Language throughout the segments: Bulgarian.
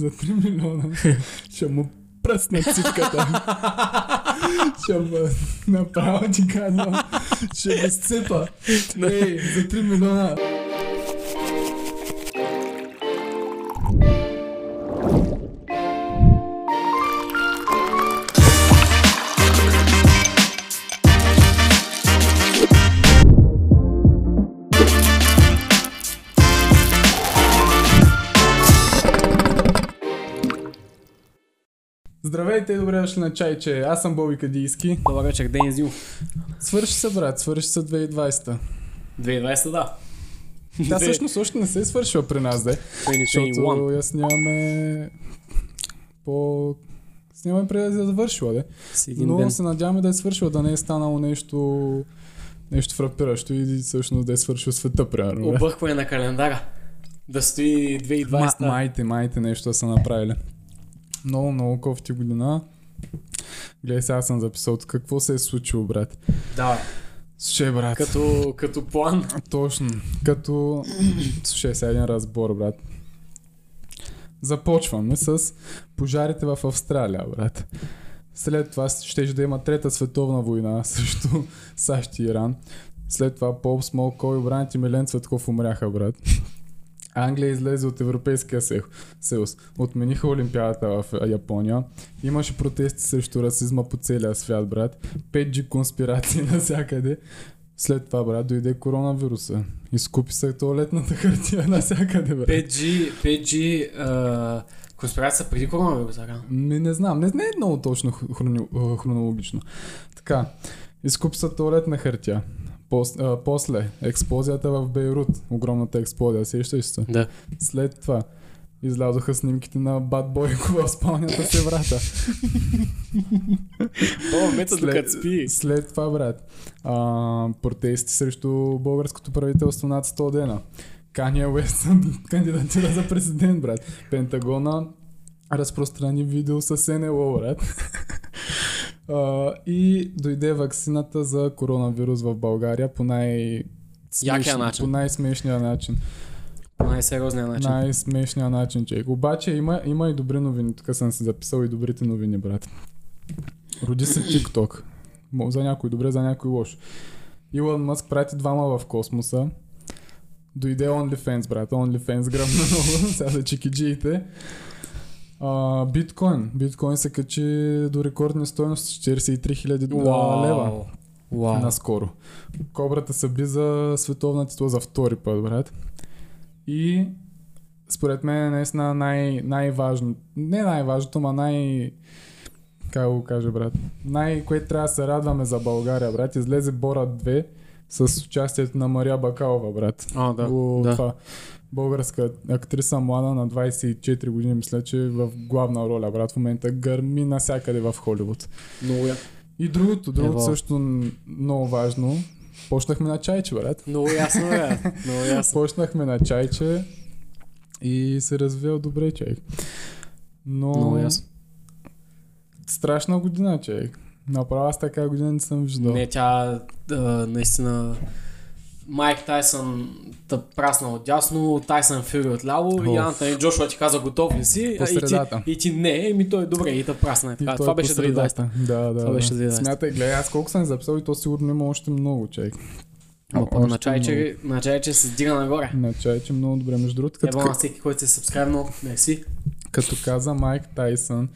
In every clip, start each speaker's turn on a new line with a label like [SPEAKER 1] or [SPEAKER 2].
[SPEAKER 1] за 3 милиона ще му пръсна цивката. ще му направо ти казвам, ще го сцепа. Ей, за 3 милиона. Здравейте и добре дошли на чайче. Аз съм Боби Кадийски.
[SPEAKER 2] Добър вечер, Ден Зил.
[SPEAKER 1] Свърши се, брат, свърши се 2020.
[SPEAKER 2] 2020, да.
[SPEAKER 1] Тя
[SPEAKER 2] Две-
[SPEAKER 1] всъщност още не се е свършила при нас, де.
[SPEAKER 2] 2021.
[SPEAKER 1] Защото я снимаме по... Снимаме преди да е завършила, де.
[SPEAKER 2] С един
[SPEAKER 1] Но
[SPEAKER 2] ден.
[SPEAKER 1] се надяваме да е свършила, да не е станало нещо нещо фрапиращо и всъщност да е свършил света, примерно. бе.
[SPEAKER 2] Объркване на календара. Да стои
[SPEAKER 1] Ма,
[SPEAKER 2] 2020.
[SPEAKER 1] майте, майте нещо да са направили. Много, много кофти година. Гледай, сега съм записал тук. какво се е случило, брат.
[SPEAKER 2] Да,
[SPEAKER 1] Слушай, брат.
[SPEAKER 2] като, като план.
[SPEAKER 1] Точно. Като... Слушай, сега един разбор, брат. Започваме с пожарите в Австралия, брат. След това ще да има трета световна война срещу САЩ и Иран. След това Поп Смол, Кой Брант и Милен Цветков умряха, брат. Англия излезе от Европейския се- съюз. Отмениха Олимпиадата в Япония. Имаше протести срещу расизма по целия свят, брат. 5G конспирации навсякъде. След това, брат, дойде коронавируса. Изкупи се туалетната хартия навсякъде, брат.
[SPEAKER 2] 5G, 5G а, конспирация преди коронавируса. ага.
[SPEAKER 1] Ми не знам, не, не е много точно хрони, а, хронологично. Така, изкупи се туалетна хартия. Пос, а, после, експлозията в Бейрут, огромната експлозия, сещаш се.
[SPEAKER 2] Да.
[SPEAKER 1] След това, излязоха снимките на Бат Бойко в спалнята си врата.
[SPEAKER 2] О, мета докато
[SPEAKER 1] След,
[SPEAKER 2] спи.
[SPEAKER 1] след това, брат, а, протести срещу българското правителство над 100 дена. Кания Уест кандидатира за президент, брат. Пентагона разпространи видео с НЛО, брат. А, и дойде ваксината за коронавирус в България по най...
[SPEAKER 2] Якия начин.
[SPEAKER 1] По най-смешния начин.
[SPEAKER 2] По най-сериозния начин.
[SPEAKER 1] Най-смешния начин, чек. Обаче има, има и добри новини. Тук съм си записал и добрите новини, брат. Роди се TikTok. Мо- За някой добре, за някой лошо. Илон Мъск прати двама в космоса. Дойде OnlyFans, брат. OnlyFans гръмна много. Сега за чекиджиите. А, биткоин. Биткоин се качи до рекордни стоености 43 000
[SPEAKER 2] Уау.
[SPEAKER 1] лева
[SPEAKER 2] Уау.
[SPEAKER 1] наскоро. Кобрата се би за световна титла за втори път, брат. И според мен е наистина най- най-важно, не най-важното, ма най... Как го кажа, брат? Най- което трябва да се радваме за България, брат. Излезе Бора 2 с участието на Мария Бакалова, брат.
[SPEAKER 2] А, да.
[SPEAKER 1] О,
[SPEAKER 2] да.
[SPEAKER 1] Това, българска актриса млада на 24 години, мисля, че е в главна роля, брат. В момента гърми навсякъде в Холивуд.
[SPEAKER 2] Много, я-
[SPEAKER 1] И другото, другото
[SPEAKER 2] Ево.
[SPEAKER 1] също н- много важно. Почнахме на чайче, брат.
[SPEAKER 2] много ясно е. Много ясно.
[SPEAKER 1] Почнахме на чайче и се развива добре човек. Но
[SPEAKER 2] Много ясно.
[SPEAKER 1] страшна година, човек. Направо аз така година не съм виждал.
[SPEAKER 2] Не, тя а, наистина... Майк Тайсън тъп прасна от дясно, Тайсън Фюри от ляво и
[SPEAKER 1] Оф.
[SPEAKER 2] Антони Джошуа ти каза готов ли си? А, и, ти,
[SPEAKER 1] Посредата.
[SPEAKER 2] и ти не, еми той е добре и тъп прасна. Е,
[SPEAKER 1] И
[SPEAKER 2] така.
[SPEAKER 1] той
[SPEAKER 2] Това
[SPEAKER 1] е
[SPEAKER 2] беше
[SPEAKER 1] по средата.
[SPEAKER 2] 2020.
[SPEAKER 1] Да, да.
[SPEAKER 2] Това беше
[SPEAKER 1] да.
[SPEAKER 2] 2020.
[SPEAKER 1] Смятай, гледай, аз колко съм записал и то сигурно има още много, човек.
[SPEAKER 2] Ама пък на
[SPEAKER 1] Още
[SPEAKER 2] чайче, на чайче се дига нагоре.
[SPEAKER 1] много. На чайче много добре. Между другото,
[SPEAKER 2] Ево
[SPEAKER 1] като,
[SPEAKER 2] на всеки, който се субскрайб, но не си.
[SPEAKER 1] Като каза Майк Тайсън,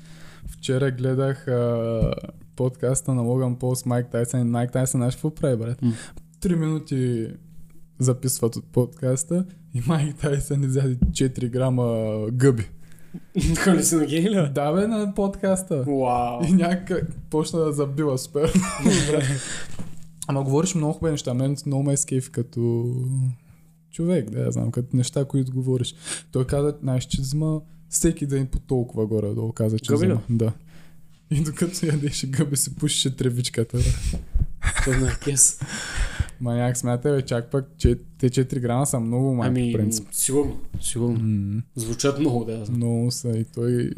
[SPEAKER 1] вчера гледах а, подкаста на Логан Пол с Майк Тайсън и Майк Тайсън, знаеш какво прави, брат?
[SPEAKER 2] М.
[SPEAKER 1] Три минути записват от подкаста и Майк Тайсън изяде 4 грама гъби.
[SPEAKER 2] Халюциноген ли?
[SPEAKER 1] Да, бе, на подкаста.
[SPEAKER 2] Вау.
[SPEAKER 1] И някак почна да забива супер. Добре. Ама говориш много хубави неща. Мен много ме е скеф като човек, да я знам, като неща, които говориш. Той каза, знаеш, че взима всеки ден по толкова горе-долу, каза, че
[SPEAKER 2] Гъби ли?
[SPEAKER 1] взима. Да. И докато ядеше гъби, си пушеше тревичката. бе.
[SPEAKER 2] Пълна е кес.
[SPEAKER 1] Маняк, смятай, бе, чак пък, че те 4 грама са много малки, в
[SPEAKER 2] Ами,
[SPEAKER 1] принцип.
[SPEAKER 2] сигурно, сигурно.
[SPEAKER 1] М,
[SPEAKER 2] Звучат много, да я знам.
[SPEAKER 1] Много са и той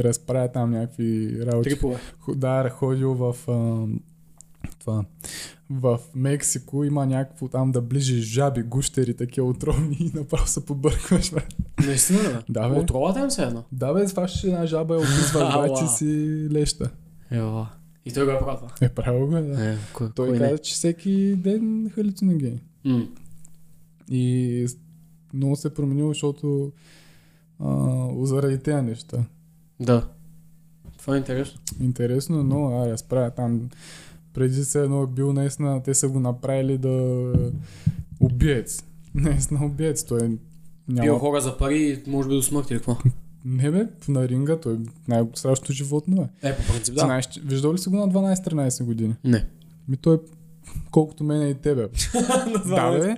[SPEAKER 1] разправя там някакви работи.
[SPEAKER 2] Трипове.
[SPEAKER 1] Хо- Да, ходил в е а, това. В Мексико има някакво там да ближи жаби, гущери, такива отровни и направо се побъркваш. Бе.
[SPEAKER 2] Наистина, да.
[SPEAKER 1] Да, бе.
[SPEAKER 2] Отрова им се е едно.
[SPEAKER 1] Да, бе, сващаш една жаба и описва
[SPEAKER 2] Ала.
[SPEAKER 1] бачи си леща.
[SPEAKER 2] Ева. И той го е правил. това.
[SPEAKER 1] Е, право го е, да.
[SPEAKER 2] Е, кой,
[SPEAKER 1] Той
[SPEAKER 2] кой не?
[SPEAKER 1] каза, че всеки ден е халюциноген.
[SPEAKER 2] М.
[SPEAKER 1] И с- много се е променило, защото а, заради тези неща.
[SPEAKER 2] Да. Това е интересно.
[SPEAKER 1] Интересно, но аре, справя там. Преди се едно е бил наистина, те са го направили да е убиец. Наистина убиец. Той е няма...
[SPEAKER 2] Бил хора за пари, може би до смърт или какво.
[SPEAKER 1] Не бе, на ринга той е най-страшното животно е.
[SPEAKER 2] Е, по принцип, да.
[SPEAKER 1] Знаеш, че- виждал ли си го на 12-13 години?
[SPEAKER 2] Не.
[SPEAKER 1] Ми той е колкото мене и тебе. да, бе.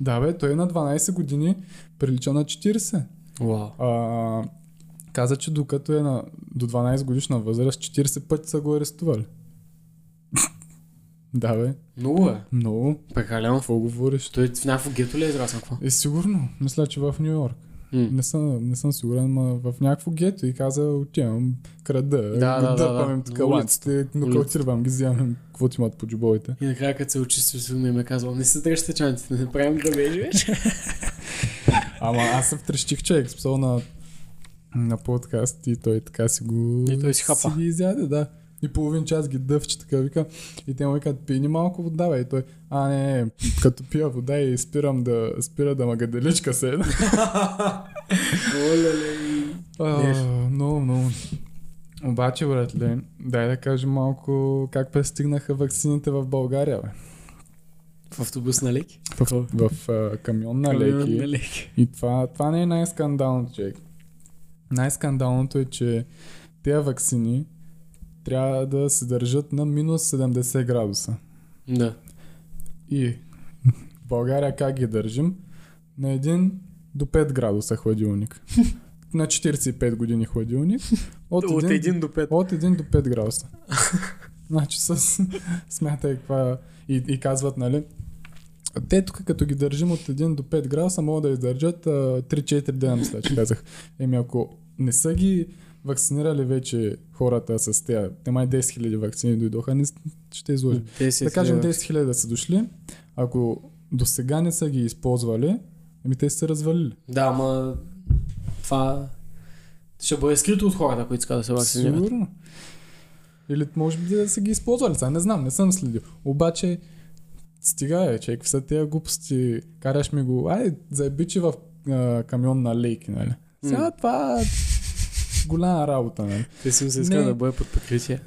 [SPEAKER 1] Да, бе, той е на 12 години прилича на 40.
[SPEAKER 2] Вау.
[SPEAKER 1] А, каза, че докато е на, до 12 годишна възраст, 40 пъти са го арестували. да, бе.
[SPEAKER 2] Много е.
[SPEAKER 1] Много.
[SPEAKER 2] Прекалено.
[SPEAKER 1] Какво говориш?
[SPEAKER 2] Той в някакво гето ли е израснал? Какво?
[SPEAKER 1] Е, сигурно. Мисля, че в Нью Йорк.
[SPEAKER 2] М.
[SPEAKER 1] Не съм, не съм сигурен, но в някакво гето и каза, отивам, крада,
[SPEAKER 2] да, да,
[SPEAKER 1] дърпам
[SPEAKER 2] да.
[SPEAKER 1] им така
[SPEAKER 2] На
[SPEAKER 1] улиците, нокаутирам ги, вземам какво ти имат по джобовете.
[SPEAKER 2] И накрая, като се очисти, сигурно им е казал, не се дръжте чантите, не правим да бежиш.
[SPEAKER 1] Ама аз се втрещих, че е писал на, на подкаст и той така си го...
[SPEAKER 2] И той си хапа.
[SPEAKER 1] ги изяде, да. И половин час ги дъвче, така вика. И те му викат, пи ни малко вода, бе. И той, а не, не, като пия вода и спирам да, спира да магаделичка се.
[SPEAKER 2] Оле, ле.
[SPEAKER 1] А, Много, много. Обаче, братле, дай да кажем малко как пристигнаха ваксините в България, бе.
[SPEAKER 2] В автобус на леки?
[SPEAKER 1] В, в, а, е. камион на леки.
[SPEAKER 2] На леки.
[SPEAKER 1] И това, това не е най-скандалното, човек. Най-скандалното е, че тези вакцини трябва да се държат на минус 70 градуса.
[SPEAKER 2] Да.
[SPEAKER 1] И в България как ги държим? На един до 5 градуса хладилник. На 45 години хладилник. От,
[SPEAKER 2] От 1 до 5.
[SPEAKER 1] от 1 до 5 градуса. значи с... смятай каква... И, и казват, нали? Те тук като ги държим от 1 до 5 градуса, могат да издържат а, 3-4 дена, мисля, че казах. Еми ако не са ги вакцинирали вече хората с тя, те май 10 000 вакцини дойдоха, не, с- ще изложим. Да кажем 10 000 са дошли, ако до сега не са ги използвали, еми те са се развалили.
[SPEAKER 2] Да, ма това ще бъде скрито от хората, които искат да се вакцинират.
[SPEAKER 1] Сигурно. Или може би да са ги използвали, сега не знам, не съм следил. Обаче, стига е, че какви са тези глупости, караш ми го, ай, заеби, че в а, камион на лейки, нали? Сега това е голяма работа, нали?
[SPEAKER 2] Те си се
[SPEAKER 1] иска
[SPEAKER 2] иска
[SPEAKER 1] да
[SPEAKER 2] да бъде под прикритие.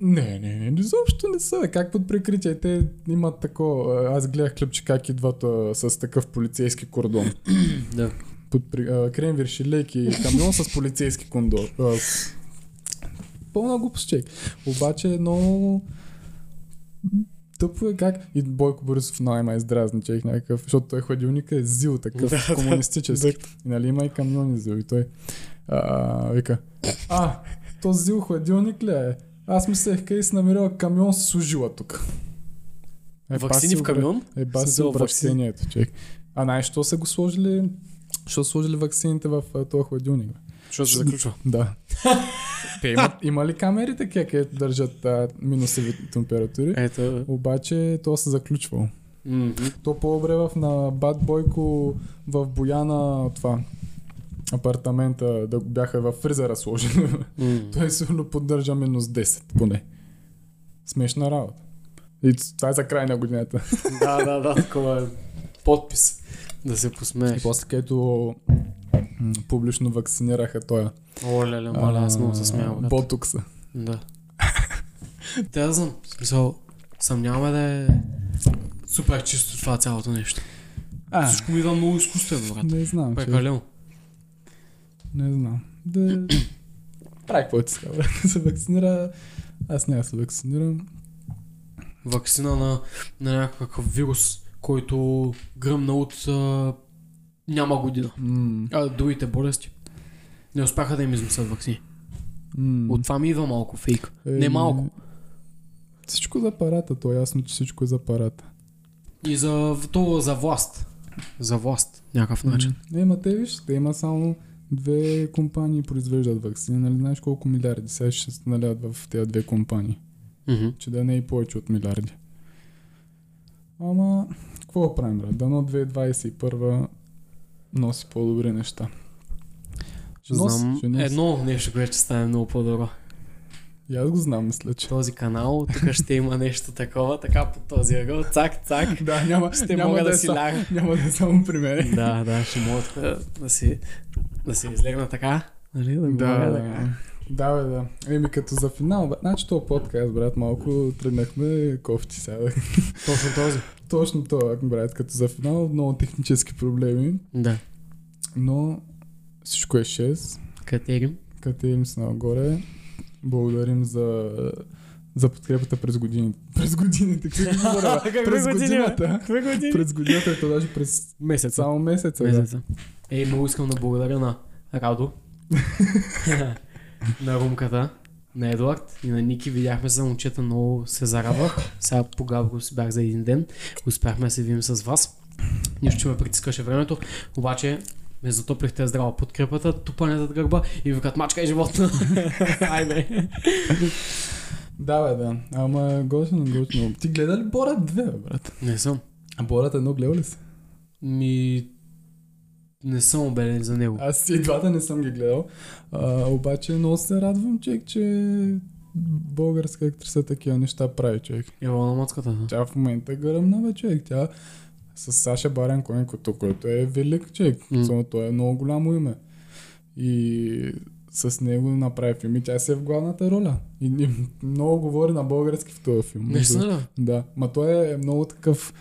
[SPEAKER 1] Не, не, не, изобщо не са, бе. как под прикритие, те имат такова, аз гледах клипче как идват а, с такъв полицейски кордон.
[SPEAKER 2] Да.
[SPEAKER 1] под при- а, кремвирши, леки, камион с полицейски кондор. А, с- пълна глупост, чек. Обаче е много тъпо е как... И Бойко Борисов най-май здразни чек някакъв, защото той хладилника е зил такъв
[SPEAKER 2] Да,
[SPEAKER 1] комунистически. И
[SPEAKER 2] да.
[SPEAKER 1] нали има и камиони зил и той а, вика А, то зил хладилник ли е? Аз мислех къде си намерила камион с служила тук. Е, пак
[SPEAKER 2] Ваксини
[SPEAKER 1] си
[SPEAKER 2] в
[SPEAKER 1] обра-
[SPEAKER 2] камион?
[SPEAKER 1] е,
[SPEAKER 2] Съм
[SPEAKER 1] баси
[SPEAKER 2] взел
[SPEAKER 1] обращението, човек. А най що са го сложили? Що са сложили вакцините в а, този хладилник? бе?
[SPEAKER 2] Защото се заключва.
[SPEAKER 1] Да. Те имат, има ли камери такива, където държат а, минусови температури?
[SPEAKER 2] Ето.
[SPEAKER 1] Обаче то се заключвало. То по-добре в на Бат Бойко в Бояна това апартамента да го бяха в фризера сложили. Той сигурно поддържа минус 10 поне. Смешна работа. И това е за край на годината.
[SPEAKER 2] Да, да, да, такова е подпис. Да се
[SPEAKER 1] И
[SPEAKER 2] посмееш.
[SPEAKER 1] после където м, публично вакцинираха той.
[SPEAKER 2] Оле, ле, маля, аз много се смея. брат.
[SPEAKER 1] Ботокса.
[SPEAKER 2] Да. Те да знам. В смисъл, съмняваме да е супер чисто това цялото нещо.
[SPEAKER 1] А,
[SPEAKER 2] Всичко ми идва много изкуствено, брат.
[SPEAKER 1] не знам. Че,
[SPEAKER 2] Прекалено.
[SPEAKER 1] не знам. Да... Прави каквото си се вакцинира. Аз няма да се вакцинирам.
[SPEAKER 2] вакцина на, на някакъв вирус, който гръмна от а, няма година.
[SPEAKER 1] М,
[SPEAKER 2] А другите болести. Не успяха да им измислят вакцини.
[SPEAKER 1] м.
[SPEAKER 2] От това ми идва малко фейк.
[SPEAKER 1] Е,
[SPEAKER 2] не малко.
[SPEAKER 1] Всичко за парата, то е ясно, че всичко е за парата.
[SPEAKER 2] И за, то, за власт. За власт. Някакъв начин.
[SPEAKER 1] М. Е, ма те виж, те има само две компании произвеждат вакцини, нали знаеш колко милиарди сега ще се налят в тези две компании.
[SPEAKER 2] Мгм.
[SPEAKER 1] че да не е и повече от милиарди. Ама, какво да правим, брат? Дано 2021 носи по-добри неща. Ще носи,
[SPEAKER 2] Знам
[SPEAKER 1] ще носи.
[SPEAKER 2] едно нещо, което ще стане много по-добро.
[SPEAKER 1] И аз го знам, мисля, че.
[SPEAKER 2] Този канал, тук ще има нещо такова, така по този ъгъл, цак, цак.
[SPEAKER 1] Да, няма,
[SPEAKER 2] Ще
[SPEAKER 1] няма
[SPEAKER 2] мога
[SPEAKER 1] да,
[SPEAKER 2] да,
[SPEAKER 1] е
[SPEAKER 2] си
[SPEAKER 1] сам-
[SPEAKER 2] ляга.
[SPEAKER 1] Няма да е само при мен.
[SPEAKER 2] Да, да, ще мога тук да, да си, да си излегна така. Нали? Да, го мога така.
[SPEAKER 1] Да, бе, да. Еми, като за финал, бе. Значи, този подкаст, брат, малко тръгнахме кофти сега.
[SPEAKER 2] Точно този.
[SPEAKER 1] Точно това, брат, като за финал, много технически проблеми,
[SPEAKER 2] Да.
[SPEAKER 1] но всичко е 6.
[SPEAKER 2] Катерим.
[SPEAKER 1] Катерим се нагоре. Благодарим за, за подкрепата през годините. През годините, какво говоря? бе?
[SPEAKER 2] Какви
[SPEAKER 1] през
[SPEAKER 2] години, бе?
[SPEAKER 1] годината.
[SPEAKER 2] Две години.
[SPEAKER 1] През годината, ето даже през
[SPEAKER 2] Месец.
[SPEAKER 1] само месеца. Да.
[SPEAKER 2] Месеца. Ей, много искам да благодаря на Радо, на Румката, на Едуард и на Ники. Видяхме се, момчета много се зарадвах. Сега по Габро си бях за един ден. Успяхме да се видим с вас. Нищо, че ме притискаше времето. Обаче, ме затоплихте здраво подкрепата, тупане зад гърба и викат мачка и животна. Айде.
[SPEAKER 1] да, бе, да. Ама готино, готино. Ти гледа ли Борат 2, бе, брат?
[SPEAKER 2] Не съм.
[SPEAKER 1] А Борат 1 гледал ли си?
[SPEAKER 2] Ми... Не съм убеден за него.
[SPEAKER 1] Аз и двата не съм ги гледал. А, обаче много се радвам, човек, че българска актриса такива неща прави, човек.
[SPEAKER 2] Ева на мацката.
[SPEAKER 1] Тя в момента е гръмна, бе, човек. Тя с Саша Барен Конекото, който е велик човек.
[SPEAKER 2] М.
[SPEAKER 1] Mm. Той е много голямо име. И с него направи филми. Тя се е в главната роля. И, и много говори на български в този филм. Между-
[SPEAKER 2] Наистина ли?
[SPEAKER 1] Да. Ма той е много такъв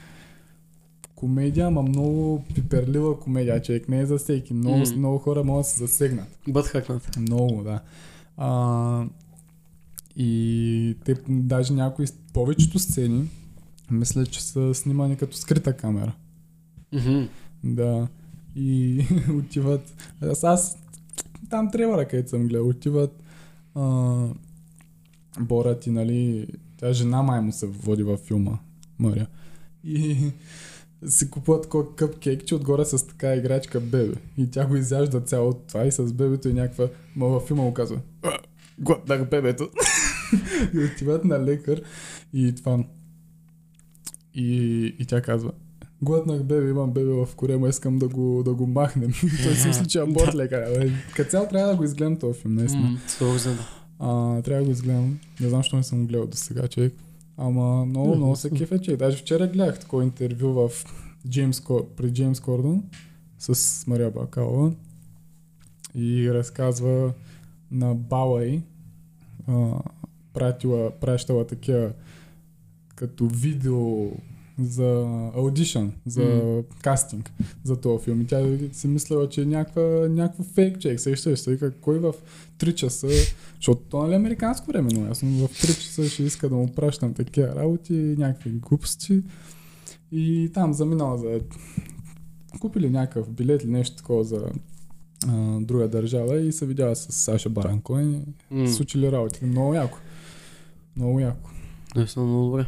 [SPEAKER 1] комедия, ма много пиперлива комедия, човек. Не е за всеки. Много,
[SPEAKER 2] М.
[SPEAKER 1] mm. много хора могат да се засегнат.
[SPEAKER 2] Бъд хакнат.
[SPEAKER 1] Много, да. А, и те даже някои, повечето сцени, мисля, че са снимани като скрита камера.
[SPEAKER 2] Мгм.
[SPEAKER 1] Да. И отиват... Аз, аз там трейлера, където съм гледал, отиват а, Борат и, нали... Тя жена май му се води във филма, Мария. И си купуват такова къпкейкче отгоре с така играчка бебе. И тя го изяжда цялото това и с бебето и някаква... Ма във филма му казва... «А, Гладнах бебето. и отиват на лекар и това... И, и тя казва, Глътнах бебе, имам бебе в корема, искам да го, да го махнем. Той си мисли, че е аборт лекаря. бе. Като цяло трябва да го изгледам този филм, наистина.
[SPEAKER 2] М, Сложно.
[SPEAKER 1] А, трябва да го изгледам. Не знам, защо не съм го гледал до сега, човек. Ама много, много се кефе, че. Даже вчера гледах такова интервю в Джеймс, Кор- при Джеймс Кордон с Мария Бакалова и разказва на бала й, а, пратила, пращала такива като видео за аудишън, за
[SPEAKER 2] Мгм.
[SPEAKER 1] кастинг за този филм. И тя си мислела, че е някаква, някаква фейк чек. Сещаш се, вика, кой в 3 часа, защото то нали е американско време, но ясно, в 3 часа ще иска да му пращам такива работи, някакви глупости. И там заминала за... Купили някакъв билет или нещо такова за а, друга държава и се видяла с Саша Баранко и
[SPEAKER 2] М,
[SPEAKER 1] случили работи. Много яко. Много яко.
[SPEAKER 2] Не съм много добре.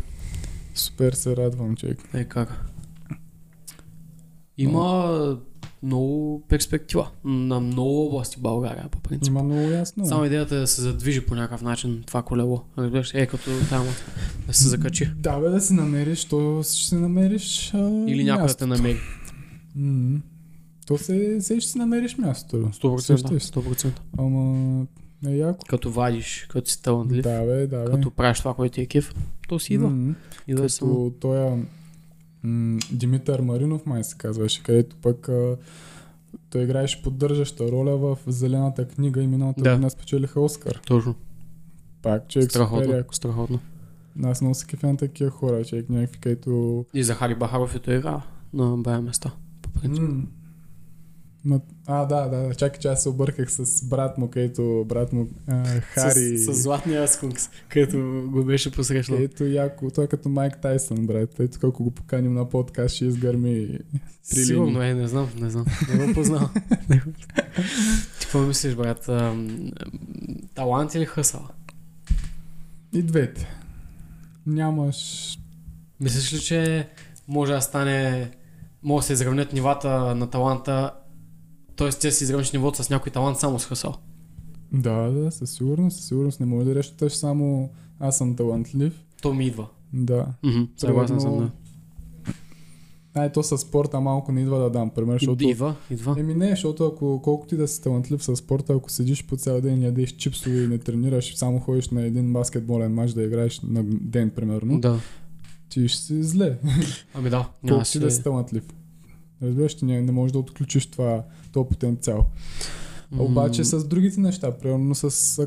[SPEAKER 1] Супер се радвам, човек.
[SPEAKER 2] Е, как? Има много перспектива на много области в България, по принцип.
[SPEAKER 1] Има много ясно.
[SPEAKER 2] Само идеята е да се задвижи по някакъв начин това колело. Разбираш, е като там да се закачи.
[SPEAKER 1] Да, бе, да си намериш, то ще си намериш а,
[SPEAKER 2] Или някой да те намери.
[SPEAKER 1] м То се, се ще си намериш място.
[SPEAKER 2] 100%.
[SPEAKER 1] Сещаш се.
[SPEAKER 2] 100%.
[SPEAKER 1] Ама е яко.
[SPEAKER 2] Като вадиш, като си талантлив,
[SPEAKER 1] Да, бе, да, бе.
[SPEAKER 2] като правиш това, което ти е кеф, то си идва.
[SPEAKER 1] М,
[SPEAKER 2] Идва само.
[SPEAKER 1] Като той м- Димитър Маринов май се казваше, където пък а, той играеше поддържаща роля в Зелената книга и миналата
[SPEAKER 2] Да.
[SPEAKER 1] година спечелиха Оскар.
[SPEAKER 2] Точно.
[SPEAKER 1] Пак, човек, супер
[SPEAKER 2] Страхотно.
[SPEAKER 1] яко.
[SPEAKER 2] Страхотно.
[SPEAKER 1] Аз много се кефя на такива хора, човек, някакви, където...
[SPEAKER 2] И Захари Бахаров и той игра на бая места. По принцип.
[SPEAKER 1] М. Ма... А, да, да, да, чакай, че аз се обърках с брат му, където брат му а, Хари...
[SPEAKER 2] С, с златния скункс, където го беше посрещнал.
[SPEAKER 1] Ето яко, той е като Майк Тайсън, брат. Ето колко го поканим на подкаст, ще изгърми. Три
[SPEAKER 2] Сигурно е, не знам, не знам. Не го познавам. Не го познавам. Ти какво мислиш, брат? Ам, ам, Талант или хъсъл?
[SPEAKER 1] И двете. Нямаш...
[SPEAKER 2] Мислиш ли, че може да стане... Може да се изравнят нивата на таланта Тоест, ти да си изравниш нивото с някой талант само с хъсъл.
[SPEAKER 1] Да, да, със сигурност, със сигурност не може да речеш само аз съм талантлив.
[SPEAKER 2] То ми идва.
[SPEAKER 1] Да.
[SPEAKER 2] Мгм, Съгласен съм, да.
[SPEAKER 1] Примерно, Ай, то със спорта малко не идва да дам пример, защото... Е,
[SPEAKER 2] Идва, идва.
[SPEAKER 1] Еми не, защото ако колкото и да си талантлив със спорта, ако седиш по цял ден и ядеш чипсове и не тренираш, само ходиш на един баскетболен матч да играеш на ден, примерно,
[SPEAKER 2] Да.
[SPEAKER 1] ти ще си зле.
[SPEAKER 2] Ами да, няма
[SPEAKER 1] Колко си
[SPEAKER 2] си
[SPEAKER 1] да си талантлив. Разбираш, ти не, не можеш да отключиш това, този потенциал. А Обаче с другите неща, примерно с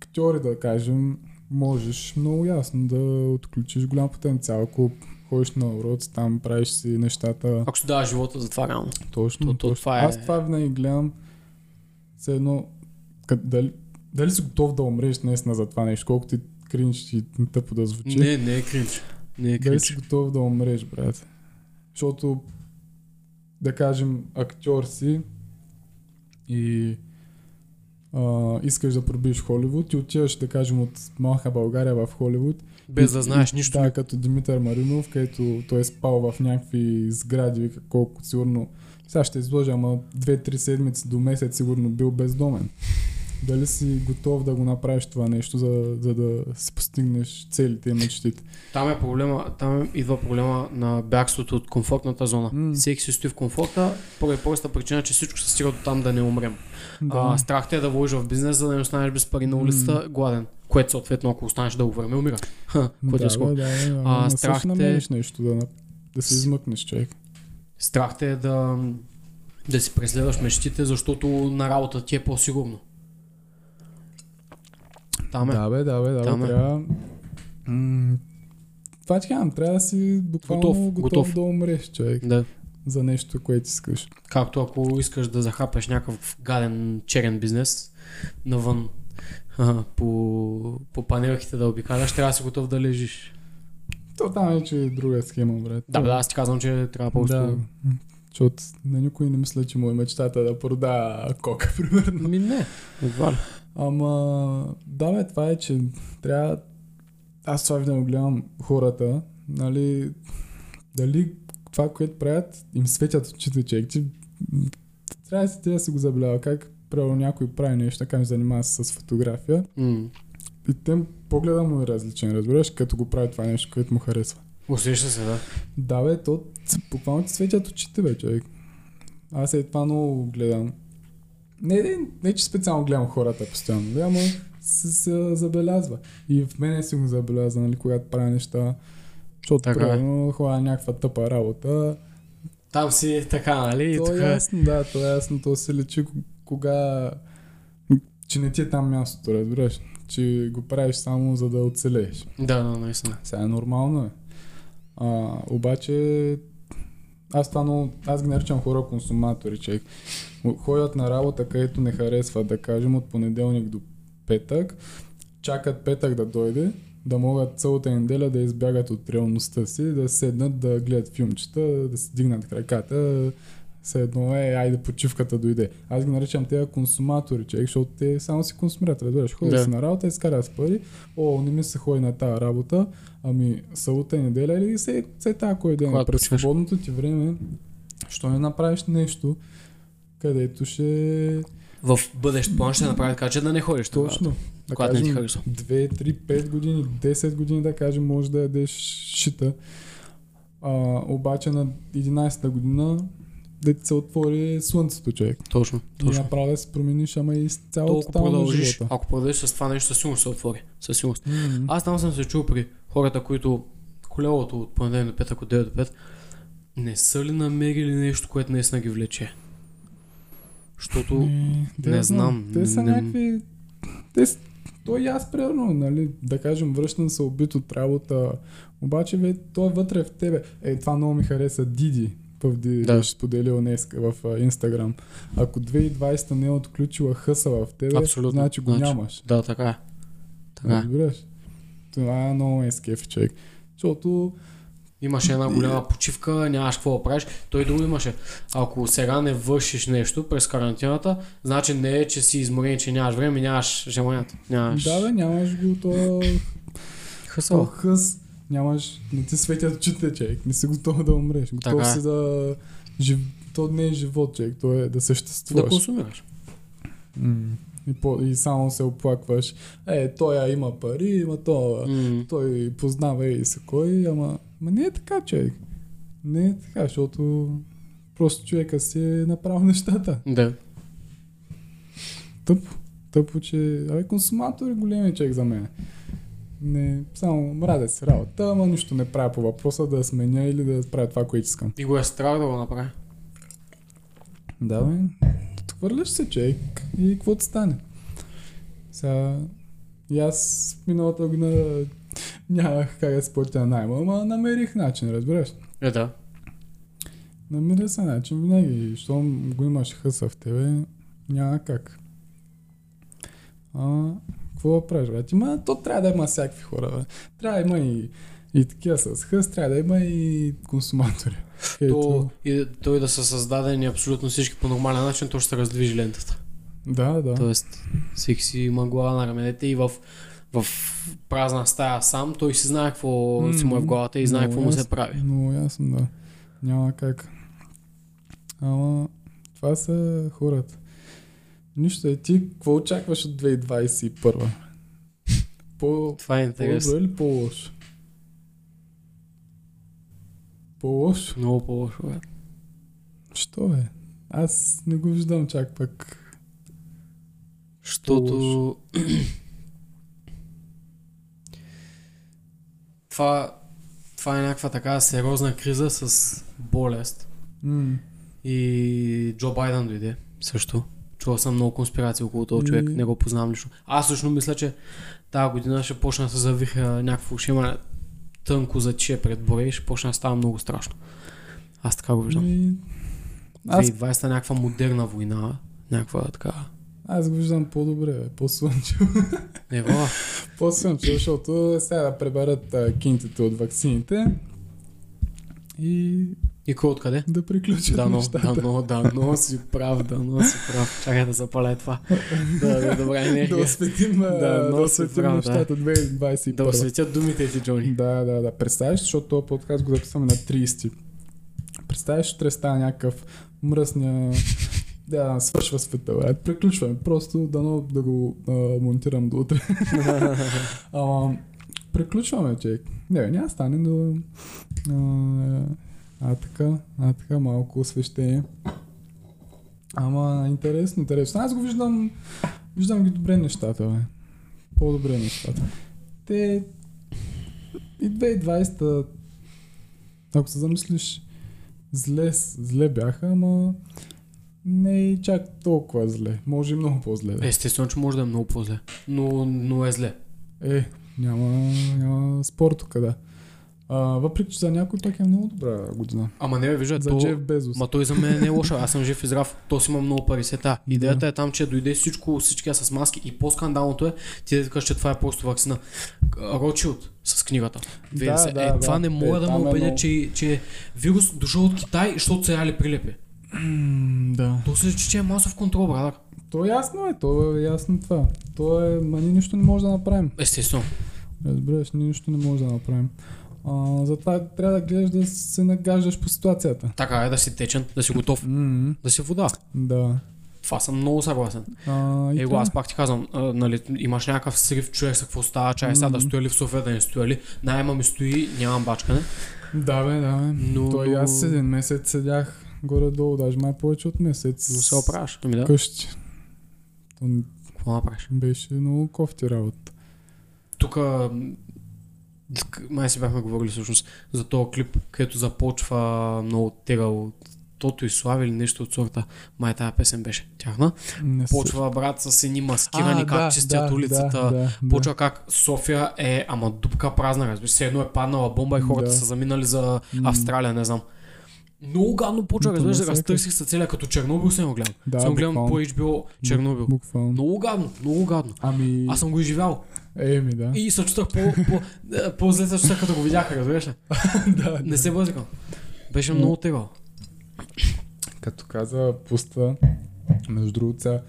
[SPEAKER 1] актьори, да кажем, можеш много ясно да отключиш голям потенциал, ако ходиш на уроци, там правиш си нещата.
[SPEAKER 2] Ако си даваш живота за това, реално.
[SPEAKER 1] Точно,
[SPEAKER 2] то- то
[SPEAKER 1] точно.
[SPEAKER 2] това е-
[SPEAKER 1] Аз това винаги гледам все едно, кът, дали, дали си готов да умреш днес за това нещо, колкото и кринч и тъпо да звучи.
[SPEAKER 2] Не, не е кринч. Не е
[SPEAKER 1] Дали си
[SPEAKER 2] кринч.
[SPEAKER 1] готов да умреш, брат? Защото, да кажем, актьор си и а, искаш да пробиеш Холивуд и отиваш, да кажем, от малка България в Холивуд.
[SPEAKER 2] Без да знаеш нищо.
[SPEAKER 1] Да, като Димитър Маринов, където той е спал в някакви сгради, вика колко сигурно... Сега ще изложа, ама 2-3 седмици до месец сигурно бил бездомен. Дали си готов да го направиш това нещо, за, за да си постигнеш целите и мечтите?
[SPEAKER 2] Там е проблема, там е- идва проблема на бягството от комфортната зона.
[SPEAKER 1] М.
[SPEAKER 2] Всеки се стои в комфорта, поради проста причина, че всичко се стига до там да не умрем. А, страх те е да вложиш в бизнес, за да не останеш без пари на улицата, гладен. Което съответно, ако останеш дълго време, умира. Ха, което е
[SPEAKER 1] да,
[SPEAKER 2] скоро.
[SPEAKER 1] бе, да, да, да,
[SPEAKER 2] А,
[SPEAKER 1] а,
[SPEAKER 2] страх
[SPEAKER 1] страх
[SPEAKER 2] те-
[SPEAKER 1] те... намериш нещо да, на- да се измъкнеш, човек.
[SPEAKER 2] Страх те е да, да си преследваш мечтите, защото на работа ти е по-сигурно. Там е.
[SPEAKER 1] Да, бе, да, бе, да,
[SPEAKER 2] Там
[SPEAKER 1] бе,
[SPEAKER 2] е.
[SPEAKER 1] трябва... М, Това ти казвам, трябва да си буквално
[SPEAKER 2] Готов,
[SPEAKER 1] готов, готов,
[SPEAKER 2] готов.
[SPEAKER 1] да умреш, човек,
[SPEAKER 2] да.
[SPEAKER 1] за нещо, което искаш.
[SPEAKER 2] Както ако искаш да захапеш някакъв гаден черен бизнес навън а, по, по панелките да обикаляш, трябва да си готов да лежиш.
[SPEAKER 1] То там вече е друга схема, брат.
[SPEAKER 2] Да, бе, да, аз ти казвам, че трябва просто...
[SPEAKER 1] да. Защото на никой не мисля, че му е мечтата да продава кока, примерно.
[SPEAKER 2] Ми не, едва ли.
[SPEAKER 1] Ама, да, бе, това е, че трябва. Аз това винаги гледам хората, нали, дали това, което правят, им светят очите, че ти м, трябва да си те да си го забелява. Как правилно някой прави нещо, така ми занимава се с фотография.
[SPEAKER 2] М.
[SPEAKER 1] И тем погледа му е различен, разбираш, като го прави това нещо, което му харесва.
[SPEAKER 2] Усеща се, да.
[SPEAKER 1] Да, бе, е, то ц- буквално ти светят очите, бе, човек. Аз е това много гледам. Не, не, не че специално гледам хората постоянно, бе, ама се, се забелязва. И в мене си го забелязва, нали, когато правя неща. Защото,
[SPEAKER 2] Така е.
[SPEAKER 1] примерно, хора някаква тъпа работа.
[SPEAKER 2] Там си така, нали? И
[SPEAKER 1] то е
[SPEAKER 2] така.
[SPEAKER 1] ясно, да, то е ясно, то се лечи кога... Че не ти е там мястото, разбираш. Че го правиш само за да оцелееш.
[SPEAKER 2] Да, да, наистина.
[SPEAKER 1] Сега е нормално е. А, обаче аз това много, аз ги наричам хора консуматори, човек. Ходят на работа, където не харесват, да кажем от понеделник до петък, чакат петък да дойде, да могат цялата неделя да избягат от реалността си, да седнат да гледат филмчета, да си дигнат краката, все едно е, айде почивката дойде. Аз ги наричам тези консуматори, човек, защото те само си консумират, разбираш, ходят
[SPEAKER 2] Да.
[SPEAKER 1] да. си на работа, изкарат пари, о, не ми се ходи на тази работа, ами събота и неделя или се, се тази кой ден,
[SPEAKER 2] Когато
[SPEAKER 1] през
[SPEAKER 2] почиваш.
[SPEAKER 1] свободното ти време, що не направиш нещо, където ще...
[SPEAKER 2] В бъдещ план ще направи така, че да не ходиш. тогава.
[SPEAKER 1] Точно. Да
[SPEAKER 2] Когато не ти
[SPEAKER 1] кажем,
[SPEAKER 2] харесва.
[SPEAKER 1] 2, 3, 5 години, 10 години, да кажем, може да ядеш шита. А, обаче на 11-та година да ти се отвори слънцето, човек.
[SPEAKER 2] Точно,
[SPEAKER 1] И
[SPEAKER 2] точно.
[SPEAKER 1] направо да се промениш, ама и с цялото
[SPEAKER 2] Толкова
[SPEAKER 1] тотално
[SPEAKER 2] продължиш,
[SPEAKER 1] живота.
[SPEAKER 2] ако продължиш с това нещо, със сигурност се отвори. Със сигурност.
[SPEAKER 1] М,
[SPEAKER 2] Аз там съм се чул при хората, които колелото от понеделник до петък, от 9 до 5, не са ли намерили нещо, което наистина ги влече? Защото
[SPEAKER 1] не, да
[SPEAKER 2] не
[SPEAKER 1] я
[SPEAKER 2] знам,
[SPEAKER 1] Те са
[SPEAKER 2] не-
[SPEAKER 1] някакви... Те с... Той и аз, примерно, нали, да кажем, връщам се убит от работа, обаче бе, той е вътре в тебе. Е, това много ми хареса Диди. Пъв Диди
[SPEAKER 2] Да.
[SPEAKER 1] да. споделил днес в а, Инстаграм. Ако 2020 не е отключила хъса в тебе,
[SPEAKER 2] Абсолютно.
[SPEAKER 1] значи го
[SPEAKER 2] Значи,
[SPEAKER 1] нямаш.
[SPEAKER 2] да, така е. Така е.
[SPEAKER 1] Разбираш? Това е много е скеф, човек. Защото
[SPEAKER 2] Имаше една голяма почивка, нямаш какво да правиш. Той друго имаше. Ако сега не вършиш нещо през карантината, значи не е, че си изморен, че нямаш време, нямаш желанието. Нямаш...
[SPEAKER 1] Да, бе, нямаш го то, то
[SPEAKER 2] Хъсъл.
[SPEAKER 1] хъс. Нямаш, не ти светят очите, човек. Не си готов да умреш. Готов
[SPEAKER 2] Така е.
[SPEAKER 1] си да... Жив... То не е живот, човек. То е да
[SPEAKER 2] Да
[SPEAKER 1] съществуваш.
[SPEAKER 2] консумираш.
[SPEAKER 1] М. И, по, и само се оплакваш. Е, той а, има пари, има то.
[SPEAKER 2] М.
[SPEAKER 1] Той познава и се кой, ама... Ма не е така, човек. Не е така, защото просто човека си е направил нещата.
[SPEAKER 2] Да.
[SPEAKER 1] Тъпо. Тъпо, че... Абе, консуматор е големия човек за мен. Не, само мразя си работа, ама нищо не правя по въпроса да сменя или да правя това, което искам.
[SPEAKER 2] И го е страх да го направи.
[SPEAKER 1] Да, бе. Отхвърляш се, човек. И какво ти стане? Сега... И аз миналата година нямах как да си платя найма, ама намерих начин, разбираш.
[SPEAKER 2] Е, да.
[SPEAKER 1] Намира се начин винаги. Щом го имаш хъса в тебе, няма как. А, какво да правиш, брат? Има, то трябва да има всякакви хора, бе. Трябва да има и, и такива с хъс, трябва да има и консуматори.
[SPEAKER 2] То,
[SPEAKER 1] Ето,
[SPEAKER 2] и, той да са създадени абсолютно всички по нормален начин, то ще раздвижи лентата.
[SPEAKER 1] да, да.
[SPEAKER 2] Тоест, всеки си има глава на раменете и в, в празна стая сам, той си знае какво
[SPEAKER 1] М,
[SPEAKER 2] си му е в главата и знае
[SPEAKER 1] много
[SPEAKER 2] какво му се
[SPEAKER 1] ясно.
[SPEAKER 2] прави.
[SPEAKER 1] Много ясно, да. Няма как. Ама това са хората. Нищо е ти, какво очакваш от 2021? По,
[SPEAKER 2] Това е интересно.
[SPEAKER 1] по-добро или по-лошо? По-лошо?
[SPEAKER 2] Много по-лошо. е. бе.
[SPEAKER 1] Що е? Аз не го виждам чак пък.
[SPEAKER 2] Защото... това, това е някаква така сериозна криза с болест.
[SPEAKER 1] М,
[SPEAKER 2] И Джо Байден дойде също. Чувал съм много конспирации около този човек,
[SPEAKER 1] Ми-
[SPEAKER 2] не го познавам лично. Аз всъщност мисля, че тази година ще почна да се завиха някакво, ще има тънко зачие пред боре и ще почна да става много страшно. Аз така го виждам.
[SPEAKER 1] ми, аз,
[SPEAKER 2] 2020 е някаква модерна война, някаква така.
[SPEAKER 1] аз го виждам по-добре, бе, по-слънчево.
[SPEAKER 2] Ева,
[SPEAKER 1] По-слънчево, защото сега да преберат а, кинтите от ваксините и
[SPEAKER 2] и кой откъде?
[SPEAKER 1] да приключат
[SPEAKER 2] Дано,
[SPEAKER 1] нещата.
[SPEAKER 2] дано, дано си прав, дано си прав. Чакай да запаля и това. Да, да, добра
[SPEAKER 1] Да
[SPEAKER 2] е енергия.
[SPEAKER 1] осветим, а,
[SPEAKER 2] Да,
[SPEAKER 1] да
[SPEAKER 2] много се
[SPEAKER 1] осветим
[SPEAKER 2] прав, да.
[SPEAKER 1] нещата 2021.
[SPEAKER 2] Да осветят думите ти, Джони.
[SPEAKER 1] Да, да, да. Представяш, защото този подкаст го записваме на 30. Представяш, утре става някакъв мръсния... Да, свършва света, брат. Приключваме. Просто дано да го а, монтирам до утре. а, приключваме, човек. Не, бе, няма да стане, но... А, а така, а така, малко освещение. Ама, интересно, интересно. Аз го виждам, виждам ги добре нещата, бе. По-добре нещата. Те, и 2020, ако се замислиш, зле, с- зле бяха, ама не и чак толкова зле. Може и много по-зле. Да. е.
[SPEAKER 2] Естествено, че може да е много по-зле. Но, но е зле.
[SPEAKER 1] Е, няма, няма спор тук, да. А, въпреки, че за някой пък е много добра година.
[SPEAKER 2] Ама не, бе, вижда,
[SPEAKER 1] За
[SPEAKER 2] то...
[SPEAKER 1] Джеф Безос.
[SPEAKER 2] Ма той за мен не е лоша, аз съм жив и здрав, то си имам много пари сета. Идеята е там, че дойде всичко, всички са с маски и по-скандалното е, ти да кажеш, че това е просто вакцина. Рочилд с книгата.
[SPEAKER 1] Да,
[SPEAKER 2] Вие се-
[SPEAKER 1] да,
[SPEAKER 2] е,
[SPEAKER 1] да.
[SPEAKER 2] това не мога
[SPEAKER 1] Е,
[SPEAKER 2] да
[SPEAKER 1] там
[SPEAKER 2] му
[SPEAKER 1] е
[SPEAKER 2] убедя,
[SPEAKER 1] много.
[SPEAKER 2] че, че е вирус дошъл от Китай, защото са яли прилепи.
[SPEAKER 1] да.
[SPEAKER 2] То се че, че е масов контрол, брат.
[SPEAKER 1] То е ясно е, то е ясно това. То е, ма ние нищо не може да направим.
[SPEAKER 2] Естествено.
[SPEAKER 1] Разбираш, ние нищо не може да направим. А, затова трябва да гледаш да се нагаждаш по ситуацията.
[SPEAKER 2] Така е да си течен, да си готов,
[SPEAKER 1] М,
[SPEAKER 2] да си вода.
[SPEAKER 1] Да.
[SPEAKER 2] Това съм много съгласен.
[SPEAKER 1] А, и
[SPEAKER 2] Его,
[SPEAKER 1] това.
[SPEAKER 2] аз пак ти казвам, а, нали, имаш някакъв срив, човек, са какво става, чай сега да стоя ли в София, да не стоя ли. Найма ми стои, нямам бачкане.
[SPEAKER 1] Да, бе, да, бе.
[SPEAKER 2] Но...
[SPEAKER 1] Той аз един месец седях горе-долу, даже май повече от месец.
[SPEAKER 2] Но се оправяш. Ами да.
[SPEAKER 1] Къщи. То н-
[SPEAKER 2] Какво направиш?
[SPEAKER 1] беше много кофти работа.
[SPEAKER 2] Тук май си бяхме говорили всъщност за този клип, където започва много тега от Тото и Слави или нещо от сорта. Май тази песен беше тяхна.
[SPEAKER 1] Не се-
[SPEAKER 2] Почва брат с едни маскирани,
[SPEAKER 1] А,
[SPEAKER 2] как чистят улицата.
[SPEAKER 1] Да, да,
[SPEAKER 2] Почва как София е, ама дупка празна, разбираш. Все едно е паднала бомба и хората
[SPEAKER 1] Да.
[SPEAKER 2] са заминали за
[SPEAKER 1] М.
[SPEAKER 2] Австралия, не знам. Много гадно почва,
[SPEAKER 1] Но
[SPEAKER 2] разбираш,
[SPEAKER 1] навсякъде.
[SPEAKER 2] разтърсих се целия, като Чернобил съм го гледам.
[SPEAKER 1] Да,
[SPEAKER 2] съм гледам по
[SPEAKER 1] буквално.
[SPEAKER 2] HBO Чернобил.
[SPEAKER 1] Буквално.
[SPEAKER 2] Много гадно, много гадно.
[SPEAKER 1] Ами,
[SPEAKER 2] Аз съм го изживял.
[SPEAKER 1] еми да.
[SPEAKER 2] И се чувствах по, по, е, по-зле се чувствах, като го видяха, разбираш ли?
[SPEAKER 1] да,
[SPEAKER 2] Не се бъзикам. Беше много тега.
[SPEAKER 1] Като каза пуста, между другото сега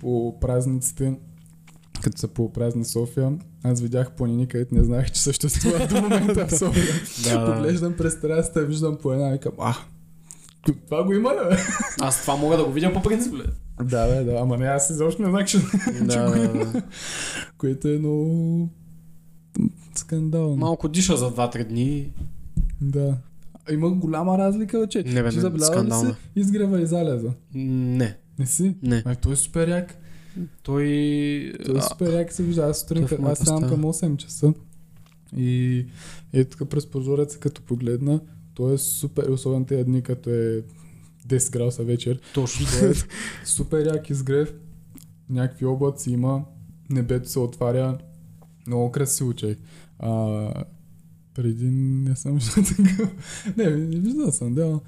[SPEAKER 1] по празниците, като са по празна София, аз видях планини, където не знаех, че съществува до момента в София.
[SPEAKER 2] Да, да.
[SPEAKER 1] Поглеждам през терасата, виждам по една и викам, а, това го има ли? бе?»
[SPEAKER 2] Аз това мога да го видя по принцип. Ли?
[SPEAKER 1] Да, бе, да, ама не, аз изобщо не знам, че,
[SPEAKER 2] да, да, да.
[SPEAKER 1] което е много скандално.
[SPEAKER 2] Малко диша за 2-3 дни.
[SPEAKER 1] Да. Има голяма разлика, че
[SPEAKER 2] Не, бе,
[SPEAKER 1] ще
[SPEAKER 2] не,
[SPEAKER 1] забелява ли
[SPEAKER 2] скандална.
[SPEAKER 1] си изгрева и залеза.
[SPEAKER 2] Не,
[SPEAKER 1] Не си?
[SPEAKER 2] не.
[SPEAKER 1] Ай, той е супер як.
[SPEAKER 2] Той...
[SPEAKER 1] Той е
[SPEAKER 2] а,
[SPEAKER 1] супер як се вижда. Аз
[SPEAKER 2] той
[SPEAKER 1] сутринта,
[SPEAKER 2] в
[SPEAKER 1] аз
[SPEAKER 2] моята
[SPEAKER 1] ставам
[SPEAKER 2] стая.
[SPEAKER 1] към 8 часа. И е тук през прозореца, като погледна, той е супер, особено тези дни, като е 10 градуса вечер.
[SPEAKER 2] Точно.
[SPEAKER 1] Той е супер як изгрев. Някакви облаци има. Небето се отваря. Много красиво чай. А, преди не съм виждал така. Не, виждал съм, да.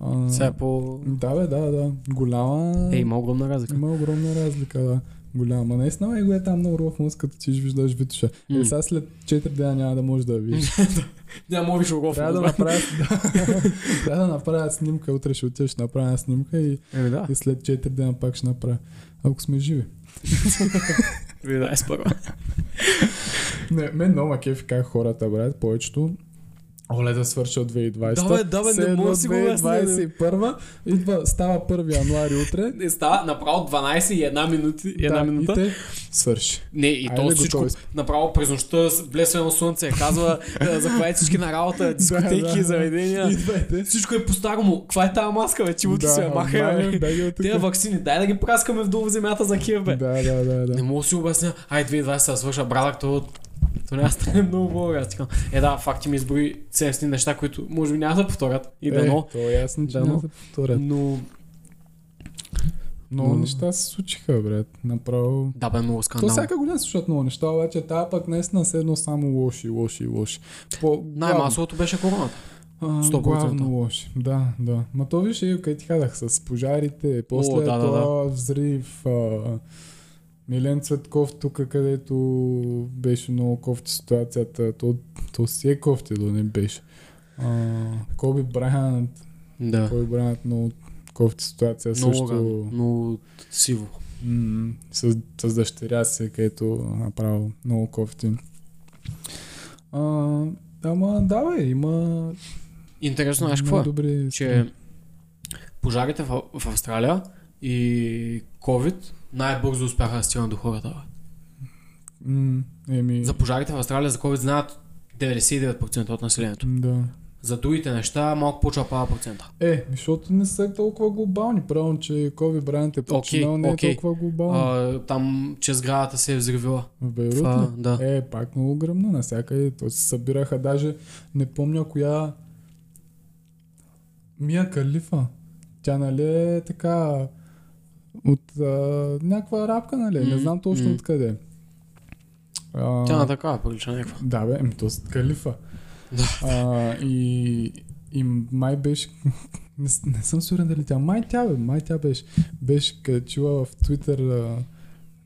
[SPEAKER 1] А,
[SPEAKER 2] Сега е по...
[SPEAKER 1] Да, бе, да, да. Голяма...
[SPEAKER 2] Е, има огромна разлика.
[SPEAKER 1] Има огромна разлика, да. Голяма. Наистина е го е там много ров мозък, като ти ще виждаш Витуша. Е,
[SPEAKER 2] М.
[SPEAKER 1] сега след 4 дена няма да можеш да я видиш.
[SPEAKER 2] Няма мога виж огромна.
[SPEAKER 1] Трябва да направят, да, трябва да направят снимка, утре ще отидеш, ще направя една снимка и,
[SPEAKER 2] Еми да.
[SPEAKER 1] и след 4 дена пак ще направя. Ако сме живи.
[SPEAKER 2] Еми да, е спърва.
[SPEAKER 1] Не, мен много ме кефи как хората, брат, повечето. Оле да свърша от 2020.
[SPEAKER 2] Да, бе, да, бе, не
[SPEAKER 1] Все едно
[SPEAKER 2] мога да си го обясня, бе.
[SPEAKER 1] 2021 идва, става 1 януари утре.
[SPEAKER 2] Не става направо 12 и една минути. и Една
[SPEAKER 1] да,
[SPEAKER 2] минута.
[SPEAKER 1] И те свърши.
[SPEAKER 2] Не, и
[SPEAKER 1] Айде,
[SPEAKER 2] то
[SPEAKER 1] готови
[SPEAKER 2] всичко
[SPEAKER 1] сме.
[SPEAKER 2] направо през нощта с блесено слънце. Казва, е, заповядайте всички на работа,
[SPEAKER 1] Да,
[SPEAKER 2] дискотеки,
[SPEAKER 1] да, да.
[SPEAKER 2] заведения.
[SPEAKER 1] Идвайте.
[SPEAKER 2] Всичко е по-старому. Каква е тази маска, бе? Ти му ти се я маха,
[SPEAKER 1] май,
[SPEAKER 2] бе.
[SPEAKER 1] бегай от тук.
[SPEAKER 2] Те вакцини, дай да ги праскаме вдолу в земята за Киев, бе.
[SPEAKER 1] Да, да, да,
[SPEAKER 2] Не
[SPEAKER 1] да.
[SPEAKER 2] мога да си обясня. Ай, 2020 се свърша, брадък, то... То няма да стане много българ. Е, да, факт ти ми изброи 70 неща, които може би няма да повторят. И дано.
[SPEAKER 1] Е, то е ясно, че
[SPEAKER 2] Дано.
[SPEAKER 1] няма да повторят.
[SPEAKER 2] Но
[SPEAKER 1] Много
[SPEAKER 2] Но-
[SPEAKER 1] неща се случиха, брат. Направо.
[SPEAKER 2] да бе много
[SPEAKER 1] То
[SPEAKER 2] скандал.
[SPEAKER 1] всяка година се случват много неща, обаче тая пък наистина се едно само лоши, лоши, лоши. По,
[SPEAKER 2] Най-масовото беше короната.
[SPEAKER 1] главно, а,
[SPEAKER 2] 100%.
[SPEAKER 1] главно лоши. Да, да. Ма то виж, е, къде ти казах, с пожарите, после О,
[SPEAKER 2] да, да,
[SPEAKER 1] това взрив, а, Милен Цветков тук, където беше много кофти ситуацията, то, то си е кофти, до не беше. А, Коби Брайант,
[SPEAKER 2] Да.
[SPEAKER 1] Кой бранят много кофти ситуация
[SPEAKER 2] Много,
[SPEAKER 1] също
[SPEAKER 2] гадно, много сиво.
[SPEAKER 1] м- с, с дъщеря си, където е направил много кофти. А, ама да бе, има
[SPEAKER 2] Интересно, знаеш какво
[SPEAKER 1] много
[SPEAKER 2] е?
[SPEAKER 1] добри...
[SPEAKER 2] Че пожарите в, в Австралия и COVID най-бързо успяха да стигнат до хората. бе.
[SPEAKER 1] М- еми...
[SPEAKER 2] За пожарите в Австралия за COVID знаят 99% от населението.
[SPEAKER 1] Да.
[SPEAKER 2] За другите неща малко почва процента.
[SPEAKER 1] Е, защото не са толкова глобални. Правилно, че Коби Брайант е починал, не е
[SPEAKER 2] окей.
[SPEAKER 1] толкова глобално.
[SPEAKER 2] А, там, че сградата се е взривила.
[SPEAKER 1] В Бейрут
[SPEAKER 2] Това,
[SPEAKER 1] ли?
[SPEAKER 2] да.
[SPEAKER 1] Е, пак много гръмна навсякъде. То се събираха даже, не помня коя... Мия Калифа. Тя нали е така от а, някаква арабка, нали? Не
[SPEAKER 2] Мгм,
[SPEAKER 1] знам точно
[SPEAKER 2] мгм.
[SPEAKER 1] откъде. А,
[SPEAKER 2] Тя на така прилича някаква.
[SPEAKER 1] Да бе, еми, то с Калифа.
[SPEAKER 2] Да.
[SPEAKER 1] А, и, и май беше... Не, с- не съм сигурен дали тя. Май тя бе, май тя беше. Беше качила в Твитър, а,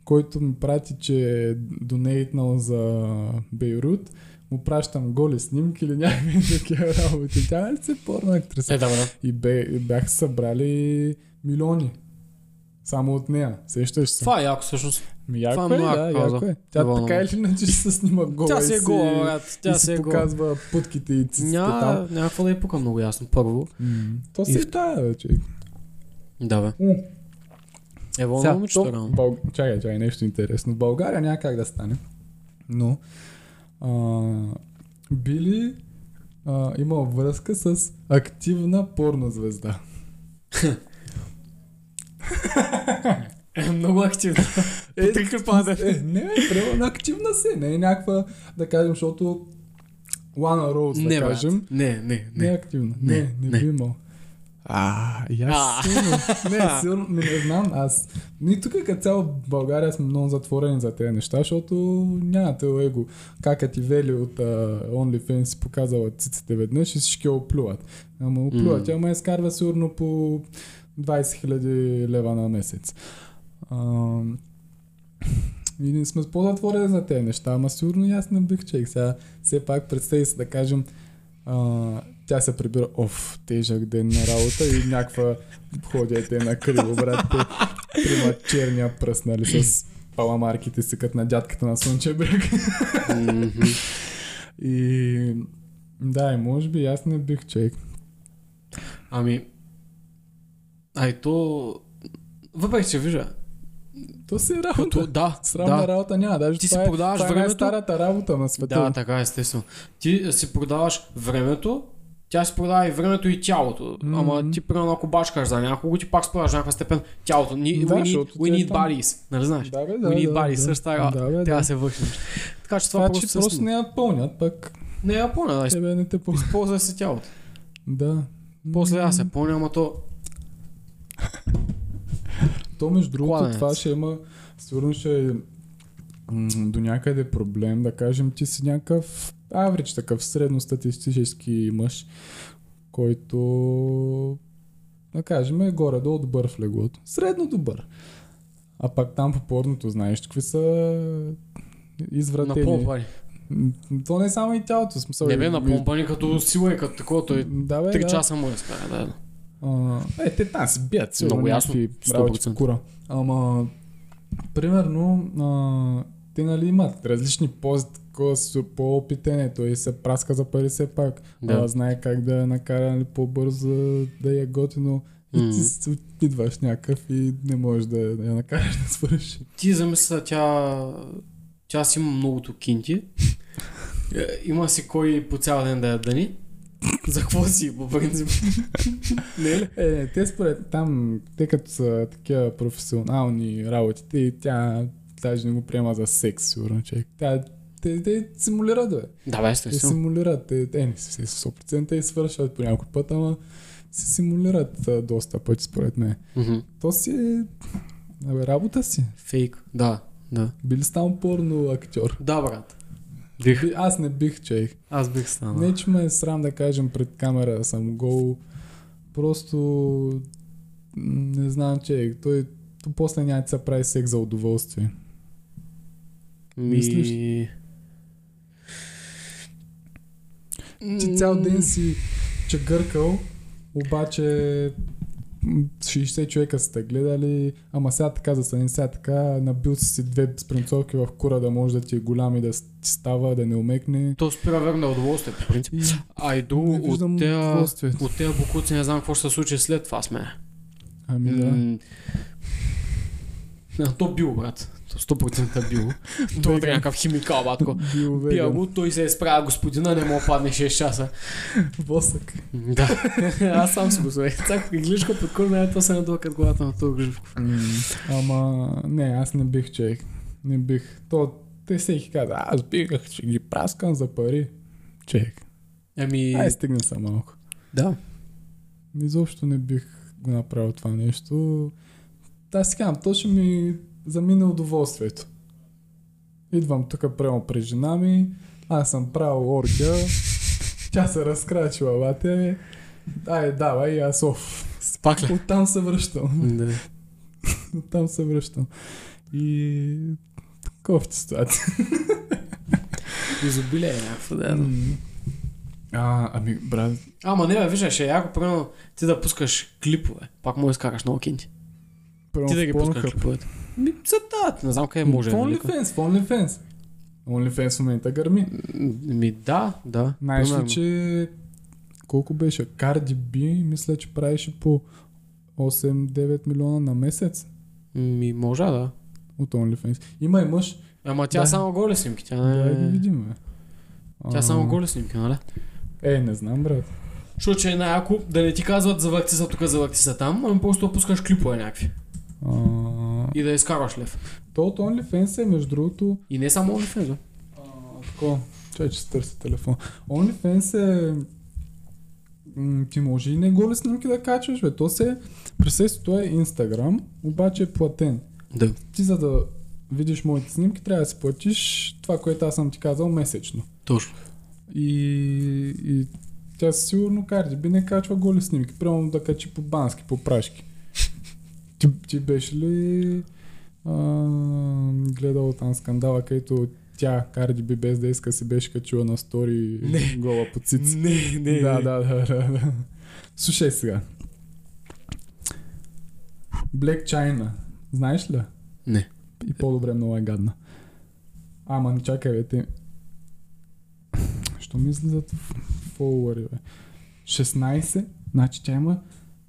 [SPEAKER 1] който ми прати, че е донейтнал за Бейрут. Му пращам голи снимки или някакви такива работи. Тя ли се порна актриса?
[SPEAKER 2] Е, да, бе, да.
[SPEAKER 1] И, бе, и бяха събрали милиони. Само от нея. Сещаш се?
[SPEAKER 2] Това е яко всъщност.
[SPEAKER 1] Ми, яко
[SPEAKER 2] това
[SPEAKER 1] е,
[SPEAKER 2] е много
[SPEAKER 1] да,
[SPEAKER 2] кауза.
[SPEAKER 1] яко е. Тя
[SPEAKER 2] Добавно.
[SPEAKER 1] така или иначе ще се снима гола.
[SPEAKER 2] Тя
[SPEAKER 1] и
[SPEAKER 2] се е
[SPEAKER 1] си-
[SPEAKER 2] гола, брат.
[SPEAKER 1] и
[SPEAKER 2] Тя
[SPEAKER 1] си
[SPEAKER 2] се е гола.
[SPEAKER 1] показва путките и циците там.
[SPEAKER 2] Няма, няма какво да е пука много ясно. Първо.
[SPEAKER 1] М, То
[SPEAKER 2] И
[SPEAKER 1] си е тая вече.
[SPEAKER 2] Да, бе.
[SPEAKER 1] М.
[SPEAKER 2] Ево
[SPEAKER 1] Сега,
[SPEAKER 2] на момичето,
[SPEAKER 1] то-
[SPEAKER 2] рано.
[SPEAKER 1] Бълг... Чакай, чакай, нещо интересно. В България няма как да стане. Но а, били а, имал връзка с активна порнозвезда.
[SPEAKER 2] Много активно.
[SPEAKER 1] Е,
[SPEAKER 2] Три клипа,
[SPEAKER 1] Е, не, бе, трябва активна се. Не е някаква, да кажем, защото Лана Роуз, да
[SPEAKER 2] Не, брат.
[SPEAKER 1] кажем.
[SPEAKER 2] Не, не,
[SPEAKER 1] Не е
[SPEAKER 2] не.
[SPEAKER 1] активна.
[SPEAKER 2] Не,
[SPEAKER 1] Не, не,
[SPEAKER 2] не.
[SPEAKER 1] би имал. А, и
[SPEAKER 2] А.
[SPEAKER 1] аз сигурно. Не, сигурно, ми не знам. Аз. Ние тук като цяло в България сме много затворени за тези неща, защото нямате его. Кака ти Вели от uh, OnlyFans си показала циците веднъж и всички я оплюват. Ама оплюват.
[SPEAKER 2] М.
[SPEAKER 1] Тя ме изкарва сигурно по 20 000 лева на месец. Ам, и ние сме по-затворени за тези неща, ама сигурно и аз не бих чек. Сега все пак представи се да кажем, а, тя се прибира, оф, тежък ден на работа и някаква ходяйте на криво, брат. те Прима черния пръст, нали, с паламарките си, като на дядката на Слънчев бряг.
[SPEAKER 2] Мгм.
[SPEAKER 1] И да, и може би аз не бих чек.
[SPEAKER 2] Ами... Ай, то... Въпреки, че вижда.
[SPEAKER 1] То си е работа.
[SPEAKER 2] Като, да,
[SPEAKER 1] Срамна
[SPEAKER 2] да.
[SPEAKER 1] работа няма. Даже
[SPEAKER 2] Ти си
[SPEAKER 1] това е,
[SPEAKER 2] продаваш
[SPEAKER 1] това е
[SPEAKER 2] времето.
[SPEAKER 1] най-старата работа на света.
[SPEAKER 2] Да, така естествено. Ти си продаваш времето, тя си продава и времето и тялото.
[SPEAKER 1] Мгм.
[SPEAKER 2] Ама ти примерно ако бачкаш за някого, ти пак спораш някаква степен тялото. Ни,
[SPEAKER 1] Да,
[SPEAKER 2] we need,
[SPEAKER 1] защото
[SPEAKER 2] we
[SPEAKER 1] ти е
[SPEAKER 2] need
[SPEAKER 1] там.
[SPEAKER 2] bodies. Нали знаеш?
[SPEAKER 1] Да, бе, да,
[SPEAKER 2] we need
[SPEAKER 1] да,
[SPEAKER 2] bodies.
[SPEAKER 1] да.
[SPEAKER 2] Същата работа.
[SPEAKER 1] Да, бе,
[SPEAKER 2] Трябва
[SPEAKER 1] да.
[SPEAKER 2] да се върши. нещо. Така че това
[SPEAKER 1] Това, че
[SPEAKER 2] просто,
[SPEAKER 1] просто не я пълнят, пък
[SPEAKER 2] не е поне. Да,
[SPEAKER 1] тебе не те пълнят.
[SPEAKER 2] използва се тялото.
[SPEAKER 1] Да.
[SPEAKER 2] После аз се поня, ама то
[SPEAKER 1] То между другото
[SPEAKER 2] Кладенец.
[SPEAKER 1] това ще има, сигурно ще е м, до някъде проблем, да кажем, ти си някакъв аврич, такъв средностатистически мъж, който да кажем е горе-долу добър в леглото. Средно добър. А пак там по порното знаеш какви са извратени.
[SPEAKER 2] напомпани.
[SPEAKER 1] М, То не е само и тялото, в смисъл.
[SPEAKER 2] Не
[SPEAKER 1] и-
[SPEAKER 2] бе
[SPEAKER 1] и-
[SPEAKER 2] напомпани като сила и като такова. Той
[SPEAKER 1] Да, бе,
[SPEAKER 2] 3
[SPEAKER 1] да.
[SPEAKER 2] часа му е стане. Да, да.
[SPEAKER 1] А, е, те там се бият, сигурно
[SPEAKER 2] Много ясно,
[SPEAKER 1] някакви
[SPEAKER 2] 100%.
[SPEAKER 1] работи по кура. Ама, примерно, а, те нали имат различни пози, такова с- по-опитен е, той се праска за пари все пак.
[SPEAKER 2] Да.
[SPEAKER 1] А, знае как да я накара нали, по-бързо да я готино. И
[SPEAKER 2] Мгм.
[SPEAKER 1] ти си идваш някакъв и не можеш да я накараш да свърши.
[SPEAKER 2] Ти замисля, тя... Тя си има многото кинти. Е, Има си кой по цял ден да я дани. За какво си, по принцип? Не ли?
[SPEAKER 1] Е, не, те според там, те като са такива професионални работи, те, тя даже не го приема за секс, сигурно човек. Тя, те, те симулират, бе.
[SPEAKER 2] Да, бе,
[SPEAKER 1] Те
[SPEAKER 2] естествено.
[SPEAKER 1] симулират, те, те не си 100% и свършват по някой път, ама се симулират а, доста пъти според мен.
[SPEAKER 2] Мгм.
[SPEAKER 1] То си е абе, работа си.
[SPEAKER 2] Фейк. Да, да.
[SPEAKER 1] Били там порно актьор.
[SPEAKER 2] Да, брат. Дих.
[SPEAKER 1] Би- Аз не бих човек.
[SPEAKER 2] Аз бих станал.
[SPEAKER 1] Не, че ме е срам да кажем пред камера, да съм гол. Просто м, не знам, че той то после няма да се прави секс за удоволствие. мислиш? Ти цял ден си чегъркал, обаче м, 60 човека са те гледали, ама сега така застани, сега така, набил си си две спринцовки в кура да може да ти е голям и да с- ти става, да не умекне.
[SPEAKER 2] То спира верно на удоволствие, по принцип.
[SPEAKER 1] И
[SPEAKER 2] А и до
[SPEAKER 1] не виждам
[SPEAKER 2] от тея...
[SPEAKER 1] удоволствие.
[SPEAKER 2] От тея букуци не знам какво ще се случи след това с мен.
[SPEAKER 1] Ами да.
[SPEAKER 2] М. А, то било, брат. То 100% било. То е някакъв химикал, батко.
[SPEAKER 1] Бил
[SPEAKER 2] Пия
[SPEAKER 1] веган.
[SPEAKER 2] го, той се изправя господина, не му падне 6 часа.
[SPEAKER 1] Восък.
[SPEAKER 2] Да. Аз сам си го знаех. Цак, глишка под курна, то се надолу като главата на този глишко.
[SPEAKER 1] М, Ама не, аз не бих човек. Не бих. То, те всеки каза, аз бих, ще ги праскам за пари. Човек.
[SPEAKER 2] Ами...
[SPEAKER 1] Ай, стигна са малко.
[SPEAKER 2] Да.
[SPEAKER 1] Изобщо не бих го направил това нещо. Аз си казвам, то ще ми замине удоволствието. Идвам тук прямо при жена ми, аз съм правил оргия, тя се разкрачила, бате. Ай, давай, и аз оф.
[SPEAKER 2] Спакле.
[SPEAKER 1] Оттам се връщам.
[SPEAKER 2] Да.
[SPEAKER 1] Оттам се връщам. И... Кофти ситуация.
[SPEAKER 2] Изобилие е някакво, да. да.
[SPEAKER 1] М. А, ами, брат,
[SPEAKER 2] Ама не, бе, виждаш, ще е яко, примерно, ти да пускаш клипове. Пак му изкараш много кинти.
[SPEAKER 1] прямо
[SPEAKER 2] Ти да ги
[SPEAKER 1] в
[SPEAKER 2] пускаш
[SPEAKER 1] Pornhub.
[SPEAKER 2] клиповете. Ми, за да, не знам къде може.
[SPEAKER 1] В
[SPEAKER 2] нали?
[SPEAKER 1] OnlyFans, в OnlyFans. OnlyFans в момента гърми.
[SPEAKER 2] М, Ми, да, да.
[SPEAKER 1] Знаеш ли,
[SPEAKER 2] примерно.
[SPEAKER 1] че колко беше? Карди Би, мисля, че правеше по 8-9 милиона на месец
[SPEAKER 2] Ми, може, да.
[SPEAKER 1] от OnlyFans. Има и
[SPEAKER 2] Е.
[SPEAKER 1] мъж.
[SPEAKER 2] Ама тя
[SPEAKER 1] Да.
[SPEAKER 2] само голи снимки, тя
[SPEAKER 1] Да,
[SPEAKER 2] не...
[SPEAKER 1] да ги видим. бе.
[SPEAKER 2] Тя
[SPEAKER 1] А,
[SPEAKER 2] само голи снимки, нали?
[SPEAKER 1] Е, не знам, брат.
[SPEAKER 2] Защото че е най-яко да не ти казват за вакциса тук, за вакциса там, ами просто пускаш клипове някакви
[SPEAKER 1] А,
[SPEAKER 2] и да изкарваш лев.
[SPEAKER 1] то от OnlyFans е, между другото,
[SPEAKER 2] И не само нали? OnlyFans, бе.
[SPEAKER 1] А, Тако, чай, че се търси телефон. OnlyFans е... м, Ти може и не голи снимки да качваш, бе. То се... Присъствието е Instagram, обаче е платен.
[SPEAKER 2] Да.
[SPEAKER 1] Ти за да видиш моите снимки, трябва да си платиш това, което аз съм ти казал месечно.
[SPEAKER 2] Точно.
[SPEAKER 1] И, и тя със сигурно Карди би не качва голи снимки. Прямо да качи по бански, по прашки. ти, ти беше ли а, гледал там скандала, където тя, Карди би без да иска си беше качила на стори
[SPEAKER 2] Не.
[SPEAKER 1] гола по цици.
[SPEAKER 2] Не, не,
[SPEAKER 1] да, да, да, да, да. Слушай сега. Black China. Знаеш ли?
[SPEAKER 2] Не.
[SPEAKER 1] И по-добре много е гадна. Ама, не чакай, бе, те... Що ми излизат фолуари, бе? 16? Значи тя има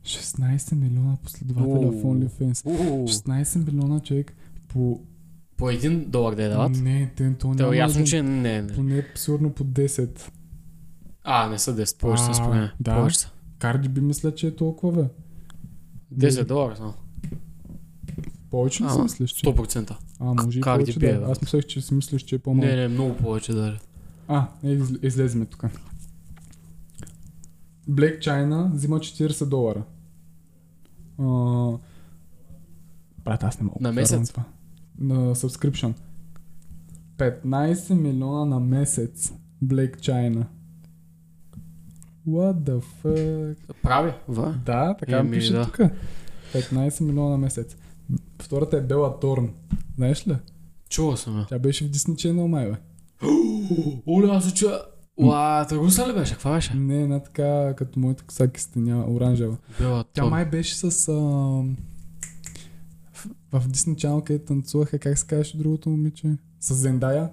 [SPEAKER 1] 16 милиона последователя в
[SPEAKER 2] Уу.
[SPEAKER 1] OnlyFans.
[SPEAKER 2] Уу,
[SPEAKER 1] 16 милиона човек по...
[SPEAKER 2] По един долар да я дават.
[SPEAKER 1] Не, те, то
[SPEAKER 2] То
[SPEAKER 1] няма
[SPEAKER 2] е ясно,
[SPEAKER 1] един-
[SPEAKER 2] че не, не.
[SPEAKER 1] Поне сигурно по 10.
[SPEAKER 2] А, не са 10, повече
[SPEAKER 1] А,
[SPEAKER 2] са според мен.
[SPEAKER 1] да.
[SPEAKER 2] Повече са.
[SPEAKER 1] Карди би мисля, че е толкова, бе.
[SPEAKER 2] 10 долара само.
[SPEAKER 1] Повече ли си
[SPEAKER 2] Ама,
[SPEAKER 1] мислиш, че?
[SPEAKER 2] 100%.
[SPEAKER 1] А, може и
[SPEAKER 2] Карди
[SPEAKER 1] повече
[SPEAKER 2] би е,
[SPEAKER 1] да. е.
[SPEAKER 2] бе.
[SPEAKER 1] Аз мислех, че си мислиш, че е по-малко.
[SPEAKER 2] Не, не, много повече даже.
[SPEAKER 1] А, е, из- излезме тук. Black China взима 40 долара. А, брат, аз не мога.
[SPEAKER 2] На
[SPEAKER 1] да повярвам
[SPEAKER 2] месец?
[SPEAKER 1] това. На subscription. 15 милиона на месец. Black China. What the fuck?
[SPEAKER 2] Прави, ва.
[SPEAKER 1] Да, така ми
[SPEAKER 2] Еми,
[SPEAKER 1] пише
[SPEAKER 2] да.
[SPEAKER 1] тук. 15 милиона на месец. Втората е Бела Торн. Знаеш ли?
[SPEAKER 2] Чувал съм я.
[SPEAKER 1] Тя беше в Disney Channel, май, бе.
[SPEAKER 2] Оле, аз се чуя. Уа, търгуса ли беше? Каква беше?
[SPEAKER 1] Не, една така, като моите ксаки стеня, оранжева.
[SPEAKER 2] Бела
[SPEAKER 1] Тя
[SPEAKER 2] Тор.
[SPEAKER 1] май беше с... А, в, в Disney Channel, където танцуваха, как се казваше другото момиче? С Зендая?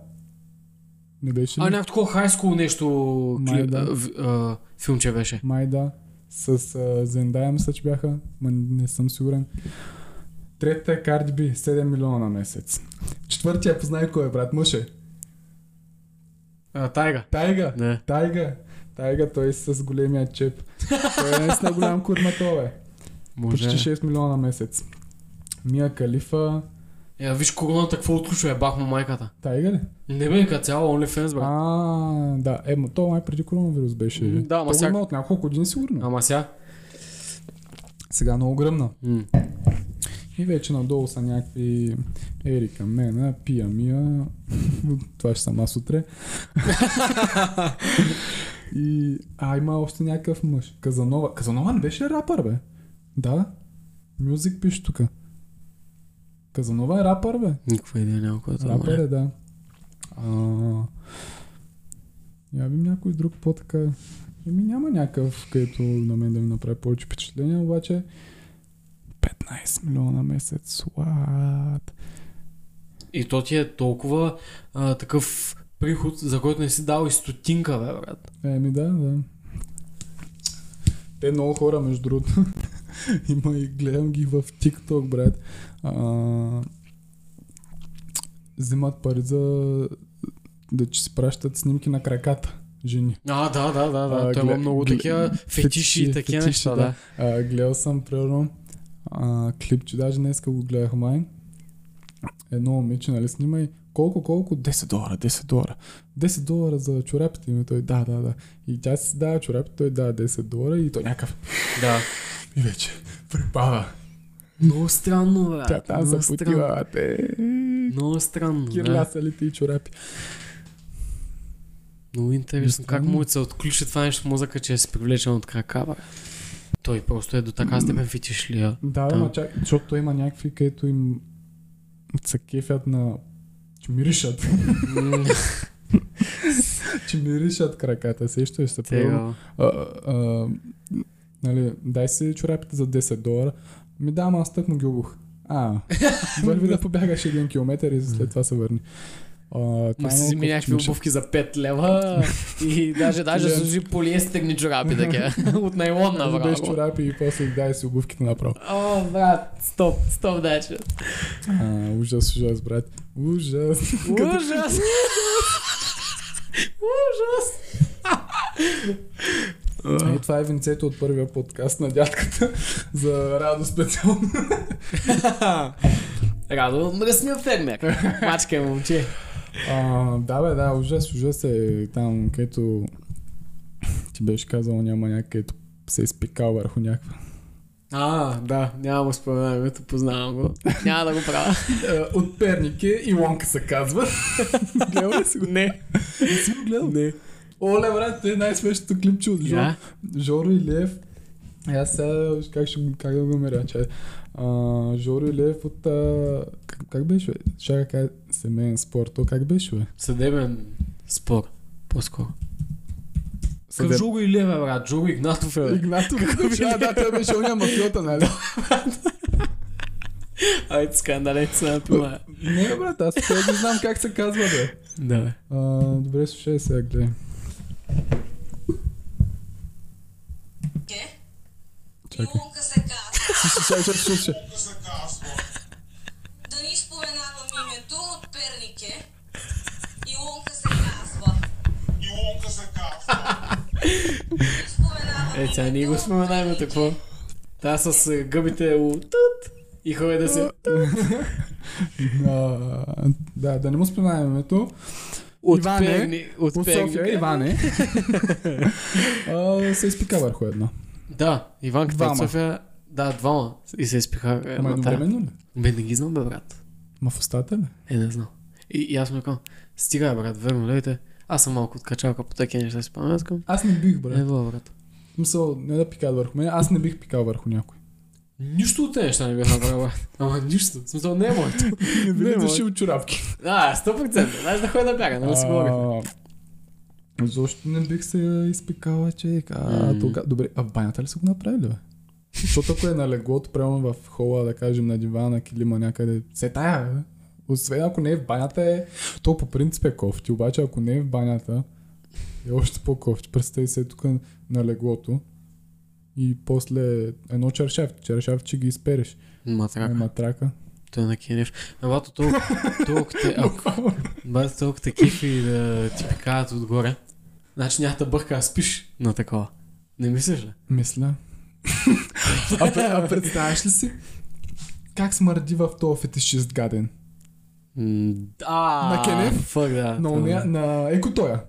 [SPEAKER 1] Не беше ли?
[SPEAKER 2] А, някакво такова хайско нещо
[SPEAKER 1] Май,
[SPEAKER 2] кли-
[SPEAKER 1] да.
[SPEAKER 2] а, в- а, филмче беше.
[SPEAKER 1] Май да. С а, Зендая мисля, че бяха, ма не съм сигурен. Третата е Cardi B, 7 милиона на месец. Четвъртия познай кой е, брат, мъже.
[SPEAKER 2] А, Тайга.
[SPEAKER 1] Тайга!
[SPEAKER 2] Не.
[SPEAKER 1] Тайга! Тайга, той е с големия чеп. Той е наистина голям курма, той е.
[SPEAKER 2] Може.
[SPEAKER 1] Почти 6 милиона на месец. Мия Калифа...
[SPEAKER 2] Е, виж короната какво отключва, е бахме майката.
[SPEAKER 1] Тайга ли?
[SPEAKER 2] Не бе, като цяло OnlyFans, брат.
[SPEAKER 1] А, да, е, ма, то май преди коронавирус беше.
[SPEAKER 2] М, да,
[SPEAKER 1] то
[SPEAKER 2] ама
[SPEAKER 1] го
[SPEAKER 2] сега-
[SPEAKER 1] има от няколко години сигурно.
[SPEAKER 2] Ама сега.
[SPEAKER 1] Сега много гръмна.
[SPEAKER 2] М.
[SPEAKER 1] И вече надолу са някакви Ерика, Мена, Пия, Мия. Това ще съм аз утре. И... А, има още някакъв мъж. Казанова. Казанова не беше ли рапър, бе? Да. Мюзик пише тук. Казанова е рапър, бе.
[SPEAKER 2] Никаква идея няма, който да
[SPEAKER 1] Рапър
[SPEAKER 2] може.
[SPEAKER 1] е, да. А, я видим някой друг по-така. Еми няма някакъв, където на мен да ми направи повече впечатление, обаче 15 милиона на месец. What?
[SPEAKER 2] И то ти е толкова а, такъв приход, за който не си дал и стотинка, бе, брат.
[SPEAKER 1] Еми да, да. Те много хора, между другото. Има и гледам ги в TikTok, брат. А, взимат пари за да че си пращат снимки на краката. Жени.
[SPEAKER 2] А, да, да, да, да.
[SPEAKER 1] А,
[SPEAKER 2] Той има
[SPEAKER 1] гле-
[SPEAKER 2] много
[SPEAKER 1] гле-
[SPEAKER 2] такива фетиши и
[SPEAKER 1] фетиши,
[SPEAKER 2] такива
[SPEAKER 1] фетиши,
[SPEAKER 2] неща,
[SPEAKER 1] да.
[SPEAKER 2] да.
[SPEAKER 1] А, гледал съм, примерно, а, клипче, даже днеска го гледах май. Едно момиче, нали, снима и колко, колко? 10 долара, 10 долара. 10 долара за чорапите ми, той да, да, да. И тя си дава чорапите, той дава 10 долара и той някакъв.
[SPEAKER 2] Да.
[SPEAKER 1] И вече, припада.
[SPEAKER 2] Много странно, брат.
[SPEAKER 1] Тя там
[SPEAKER 2] много странно.
[SPEAKER 1] запотива, а те.
[SPEAKER 2] Много странно, да.
[SPEAKER 1] Кирлясалите и чорапи.
[SPEAKER 2] Много интересно. Как
[SPEAKER 1] Странно.
[SPEAKER 2] му се отключи това нещо в мозъка, че е си привлечен от крака, брат? Той просто е до така степен фетиш ли, а?
[SPEAKER 1] Да,
[SPEAKER 2] Да.
[SPEAKER 1] ама чак, защото има някакви, където им се кефят на че миришат,
[SPEAKER 2] М,
[SPEAKER 1] че миришат краката, сещаш се, примерно,
[SPEAKER 2] Тега.
[SPEAKER 1] а, а, нали, дай си чорапите за 10 долара. Ми да, ама аз тък му ги обух. А, върви да побягаш един километър и след това се върни. А, това
[SPEAKER 2] Ма
[SPEAKER 1] е
[SPEAKER 2] си
[SPEAKER 1] много
[SPEAKER 2] вземи някакви
[SPEAKER 1] космично.
[SPEAKER 2] обувки за 5 лева и даже, даже
[SPEAKER 1] Да.
[SPEAKER 2] служи полиестегни чорапи такива. От найлон на
[SPEAKER 1] Без чорапи и после дай си обувките направо.
[SPEAKER 2] О, брат, стоп, стоп, дача.
[SPEAKER 1] А, ужас, ужас, брат. Ужас.
[SPEAKER 2] Ужас! Ужас!
[SPEAKER 1] И това е венцето от първия подкаст на дядката за радост специално.
[SPEAKER 2] Радо, мръсния фермер. Мачка е момче.
[SPEAKER 1] А, да, бе, да, ужас, ужас е там, където ти беше казал, няма някъде където се е изпикал върху някаква.
[SPEAKER 2] А, да, няма го споменавам, името познавам го. Няма да го правя.
[SPEAKER 1] Е, От Перник е Илонка се казва. Гледал ли си го?
[SPEAKER 2] Не.
[SPEAKER 1] Не си го гледал? Не. Оле, брат, е най-смешното клипче от Жор.
[SPEAKER 2] Да,
[SPEAKER 1] Жоро Илев. Аз сега как, ще, го- как да го намеря, че а, Жоро Илев от... А, как, как беше, бе? Чакай, как е семейен спорт, то как беше, бе?
[SPEAKER 2] съдебен спор. По-скоро. Съдеб...
[SPEAKER 1] Съдеб-
[SPEAKER 2] Джуго и Леве, брат. Джуго Игнатов е.
[SPEAKER 1] Игнатов.
[SPEAKER 2] беше?
[SPEAKER 1] Да, да, той беше оня мафиота, нали?
[SPEAKER 2] Айде, скандалец на това.
[SPEAKER 1] Не, бе, брат, аз сега не знам как се казва, бе.
[SPEAKER 2] Да, бе.
[SPEAKER 1] А, добре, слушай сега, гледай.
[SPEAKER 3] Ке?
[SPEAKER 1] Чакай.
[SPEAKER 3] Милунка се казва.
[SPEAKER 1] Слушай, чакай, чакай, чакай, чакай.
[SPEAKER 3] Да ни споменавам името от Перник е. Илонка се казва. Да ни споменавам
[SPEAKER 2] Е, тя ние
[SPEAKER 3] името
[SPEAKER 2] го
[SPEAKER 3] от
[SPEAKER 2] споменаваме
[SPEAKER 3] Перник е.
[SPEAKER 2] какво. Та с а, гъбите у тът и хора да се...
[SPEAKER 1] А, Да, да не му споменаваме името.
[SPEAKER 2] От
[SPEAKER 1] Иване,
[SPEAKER 2] Перни- е от
[SPEAKER 1] От
[SPEAKER 2] Перник.
[SPEAKER 1] София, Иване. А, се изпика върху едно.
[SPEAKER 2] Да, Иван е
[SPEAKER 1] Двама.
[SPEAKER 2] от София... Да, двама. И се изпиха
[SPEAKER 1] Ама
[SPEAKER 2] едната.
[SPEAKER 1] едновременно ли?
[SPEAKER 2] Бе, не ги знам, бе, брат.
[SPEAKER 1] Ма в устата ли?
[SPEAKER 2] Е, не знам. И, и аз му казвам, стига, бе, брат, верно, дайте. Аз съм малко от качалка по такива неща си спомням. Аз казвам,
[SPEAKER 1] Аз не бих,
[SPEAKER 2] е,
[SPEAKER 1] брат.
[SPEAKER 2] добре, брат.
[SPEAKER 1] В Смисъл, не да пикаят върху мен, аз не бих пикал върху някой.
[SPEAKER 2] Нищо от тези неща не бях направил, брат. Ама нищо. В смисъл, не е моето.
[SPEAKER 1] Не
[SPEAKER 2] Не,
[SPEAKER 1] били
[SPEAKER 2] мой.
[SPEAKER 1] доши от чурапки.
[SPEAKER 2] Да, 100%. Знаеш да ходя да бяга, нали си говорихме.
[SPEAKER 1] А, Защо не бих се изпикала, че? А,
[SPEAKER 2] М.
[SPEAKER 1] тога... Добре, а в банята ли са го направили, бе? Защото ако е на леглото, прямо в хола, да кажем, на дивана, килима някъде, се тая, бе. Освен ако не е в банята, е... то по принцип е кофти, обаче ако не е в банята, е още по-кофти. Представи се тук на леглото и после едно чершавче, чершавче ги изпереш. Е,
[SPEAKER 2] Матрака.
[SPEAKER 1] матрака.
[SPEAKER 2] Той е на Кенев. А бато толкова, толкова, те, ако, бато толкова те кефи да ти пикаят отгоре. Значи няма да бърка, а спиш на такова. Не мислиш ли?
[SPEAKER 1] Мисля. а, пре- а представяш ли си? Как смърди в този фетишист гаден?
[SPEAKER 2] М, А,
[SPEAKER 1] На кенеф?
[SPEAKER 2] Фак, да.
[SPEAKER 1] На,
[SPEAKER 2] това
[SPEAKER 1] уния,
[SPEAKER 2] е.
[SPEAKER 1] на екотоя.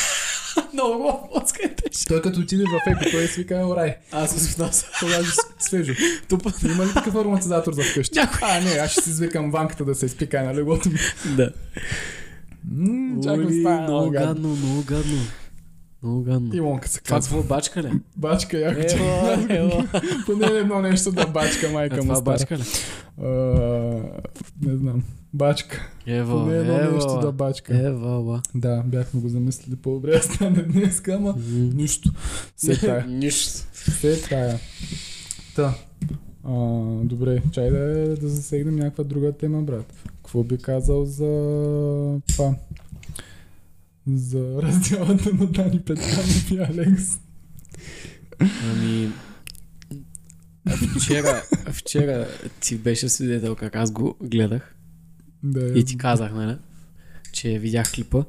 [SPEAKER 2] Много е лоскайте.
[SPEAKER 1] Той като отиде в екотоя си вика, орай,
[SPEAKER 2] Аз съм с нас. е
[SPEAKER 1] това е с- свежо.
[SPEAKER 2] Тупа.
[SPEAKER 1] Има ли такъв ароматизатор за вкъщи?
[SPEAKER 2] Някой.
[SPEAKER 1] А, не, аз ще си извикам ванката да се изпикае на леглото ми.
[SPEAKER 2] Да.
[SPEAKER 1] М, Чакай,
[SPEAKER 2] Оли,
[SPEAKER 1] става
[SPEAKER 2] много
[SPEAKER 1] много гадно.
[SPEAKER 2] гадно, много гадно. Много гадно.
[SPEAKER 1] Илонка се
[SPEAKER 2] Това Е.
[SPEAKER 1] казва.
[SPEAKER 2] какво бачка ли?
[SPEAKER 1] Бачка, яко че.
[SPEAKER 2] Ева, ева.
[SPEAKER 1] Поне е едно нещо да бачка,
[SPEAKER 2] А
[SPEAKER 1] майка му
[SPEAKER 2] Е, това
[SPEAKER 1] стара.
[SPEAKER 2] бачка ли?
[SPEAKER 1] А, Не знам. Бачка.
[SPEAKER 2] Ева,
[SPEAKER 1] Поне е едно нещо да
[SPEAKER 2] ева.
[SPEAKER 1] бачка.
[SPEAKER 2] Ева, ла.
[SPEAKER 1] Да, бяхме го замислили по-добре да стане днес, ама
[SPEAKER 2] М.
[SPEAKER 1] нищо. Все е тая.
[SPEAKER 2] Нищо.
[SPEAKER 1] Все е тая. Та. А, добре, чай да, да засегнем някаква друга тема, брат. Какво би казал за това? За разделата на Дани Петканов и Алекс.
[SPEAKER 2] Ами... Вчера, вчера ти беше свидетел как аз го гледах
[SPEAKER 1] Да,
[SPEAKER 2] и ти казах, нали, че видях клипа.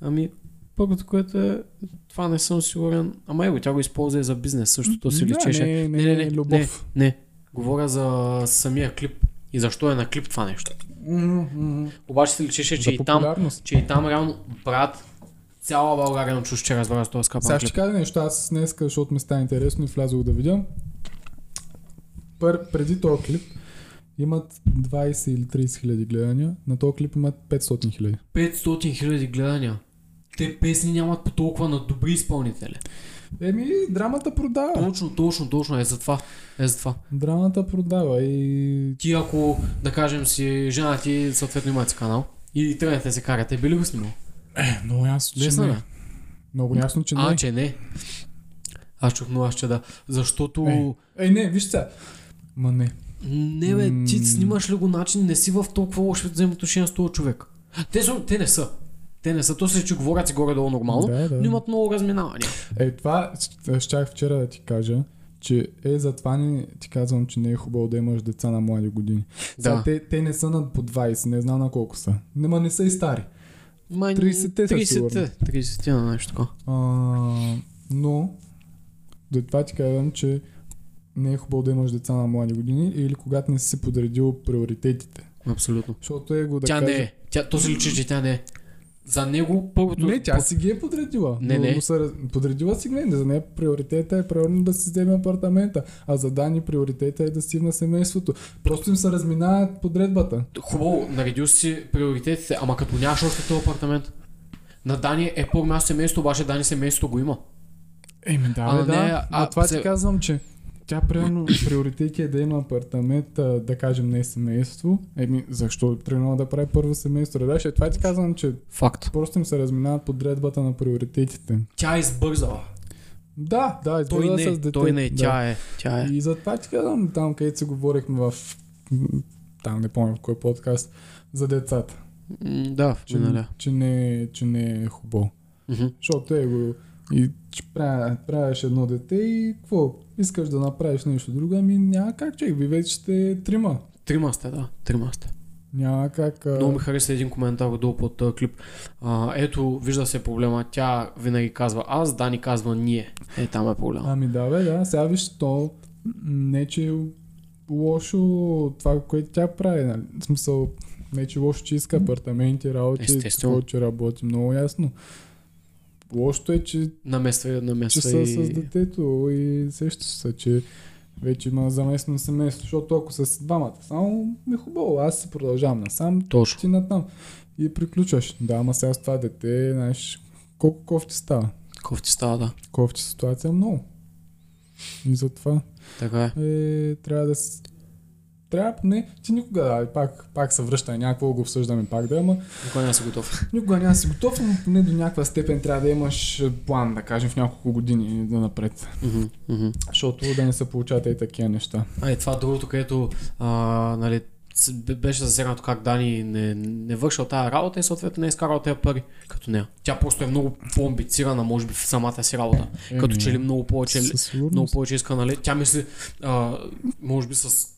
[SPEAKER 2] Ами, първото, което е, това не съм сигурен. Ама его, тя го използва и за бизнес, също то си
[SPEAKER 1] Да,
[SPEAKER 2] личеше.
[SPEAKER 1] не, не,
[SPEAKER 2] не, не,
[SPEAKER 1] любов.
[SPEAKER 2] Не, не, говоря за самия клип и защо е на клип това нещо.
[SPEAKER 1] М-м-м.
[SPEAKER 2] Обаче се личеше, че
[SPEAKER 1] За
[SPEAKER 2] и там,
[SPEAKER 1] популярност.
[SPEAKER 2] че и там реално брат, цяла България чуш, че разбра с този скапан
[SPEAKER 1] Сега
[SPEAKER 2] клип.
[SPEAKER 1] ще кажа нещо, аз днес, защото ми стана интересно и влязох да видя. Пър, преди този клип имат 20 или 30 хиляди гледания, на този клип имат 500 хиляди.
[SPEAKER 2] 500 хиляди гледания. Те песни нямат по толкова на добри изпълнители.
[SPEAKER 1] Еми, драмата продава.
[SPEAKER 2] Точно, точно, точно е за това. Е за това.
[SPEAKER 1] Драмата продава и...
[SPEAKER 2] Ти ако, да кажем си, жена ти съответно има си канал и тръгнете да се карате, би ли го снимал?
[SPEAKER 1] Е, много ясно,
[SPEAKER 2] Лесно ли?
[SPEAKER 1] Много ясно, че
[SPEAKER 2] А,
[SPEAKER 1] не.
[SPEAKER 2] че не. Аз чух, но аз че да. Защото...
[SPEAKER 1] Е, не, виж сега. Ма не.
[SPEAKER 2] Не бе, ти
[SPEAKER 1] М.
[SPEAKER 2] снимаш ли го начин, не си в толкова лошо взаимоотношение с този човек. Те, са, те не са. Те не са. То се, че говорят си горе-долу нормално,
[SPEAKER 1] Да, да.
[SPEAKER 2] но имат много разминавания.
[SPEAKER 1] Е, това щ- щях вчера да ти кажа, че е затова не, ти казвам, че не е хубаво да имаш деца на млади години. Сега,
[SPEAKER 2] Да.
[SPEAKER 1] те, те не са над по 20, не знам на колко са. Нема не са и стари.
[SPEAKER 2] Май,
[SPEAKER 1] 30-те са
[SPEAKER 2] 30-те, 30-те на нещо такова.
[SPEAKER 1] А, но, до това ти казвам, че не е хубаво да имаш деца на млади години или когато не си си подредил приоритетите.
[SPEAKER 2] Абсолютно.
[SPEAKER 1] Защото е го да
[SPEAKER 2] тя
[SPEAKER 1] кажа...
[SPEAKER 2] не е. Тя, то се личи, че тя не е. За него първото...
[SPEAKER 1] Не, тя си ги е подредила.
[SPEAKER 2] Не,
[SPEAKER 1] но,
[SPEAKER 2] не.
[SPEAKER 1] Но са, раз- подредила си ги, не, за нея приоритета е примерно да си вземе апартамента, а за Дани приоритета е да си на семейството. Просто им се разминават подредбата.
[SPEAKER 2] Хубаво, наредил си приоритетите, ама като нямаш още този апартамент. На Дани е първо място семейство, обаче Дани семейството го има.
[SPEAKER 1] Еми да,
[SPEAKER 2] А,
[SPEAKER 1] а, бе,
[SPEAKER 2] не,
[SPEAKER 1] да.
[SPEAKER 2] а,
[SPEAKER 1] а това
[SPEAKER 2] се-
[SPEAKER 1] ти казвам, че тя примерно приоритет е да има апартамент, а, да кажем не семейство. Еми, защо тренува да прави първо семейство? Разбираш, ли? това ти казвам, че
[SPEAKER 2] Факт.
[SPEAKER 1] просто им се разминават подредбата на приоритетите.
[SPEAKER 2] Тя е избързала.
[SPEAKER 1] Да, да,
[SPEAKER 2] Той
[SPEAKER 1] избира с
[SPEAKER 2] не,
[SPEAKER 1] дете.
[SPEAKER 2] той не,
[SPEAKER 1] да.
[SPEAKER 2] тя е. Тя е.
[SPEAKER 1] И затова ти казвам там, където си говорихме в там не помня в кой подкаст, за децата.
[SPEAKER 2] М, Да, в
[SPEAKER 1] Че,
[SPEAKER 2] миналя.
[SPEAKER 1] че, не, че не е хубаво.
[SPEAKER 2] Мгм.
[SPEAKER 1] Защото е го И че правя- правиш едно дете и какво? Искаш да направиш нещо друго, ами няма как, чек, ви вече сте трима.
[SPEAKER 2] Трима сте, да. Трима сте.
[SPEAKER 1] Няма как... А...
[SPEAKER 2] Много ми хареса един коментар отдолу под този клип. А, ето, вижда се проблема. Тя винаги казва аз, Дани казва ние. Е, там е проблема.
[SPEAKER 1] Ами да, бе, да. Сега виж, то м, не, че е лошо това, което тя прави. Нали? В смисъл, не, че е лошо, че иска апартаменти, работи,
[SPEAKER 2] Естествено.
[SPEAKER 1] какво, че работи. Много ясно. Лошото е, че
[SPEAKER 2] Намества,
[SPEAKER 1] че
[SPEAKER 2] намества
[SPEAKER 1] са
[SPEAKER 2] и...
[SPEAKER 1] с детето и сещаш се, че вече има заместно семейство, защото ако са с двамата, само е хубаво, аз си продължавам насам,
[SPEAKER 2] Точно.
[SPEAKER 1] ти натам и приключваш. Да, ама сега с това дете, знаеш, колко кофти става?
[SPEAKER 2] Кофти става, да.
[SPEAKER 1] Кофти ситуация много. И затова
[SPEAKER 2] Така е.
[SPEAKER 1] е, трябва да с... Трябва, не, ти никога, да, пак, пак се връща някакво, го обсъждаме пак да, ама
[SPEAKER 2] Никога не е си готов.
[SPEAKER 1] никога няма да си готов, но поне до някаква степен трябва да имаш е, план, да кажем, в няколко години да напред.
[SPEAKER 2] Мгм, мгм.
[SPEAKER 1] Защото да не се получат и такива неща.
[SPEAKER 2] А и това другото, където а, нали, с- бе- беше засегнато как Дани не, не вършил тази работа и съответно не е изкарал тези пари като нея. Тя просто е много по-амбицирана, може би, в самата си работа.
[SPEAKER 1] Еми,
[SPEAKER 2] като че ли много повече,
[SPEAKER 1] Е, Със сигурност.
[SPEAKER 2] много повече иска, нали? Тя мисли, а, може би с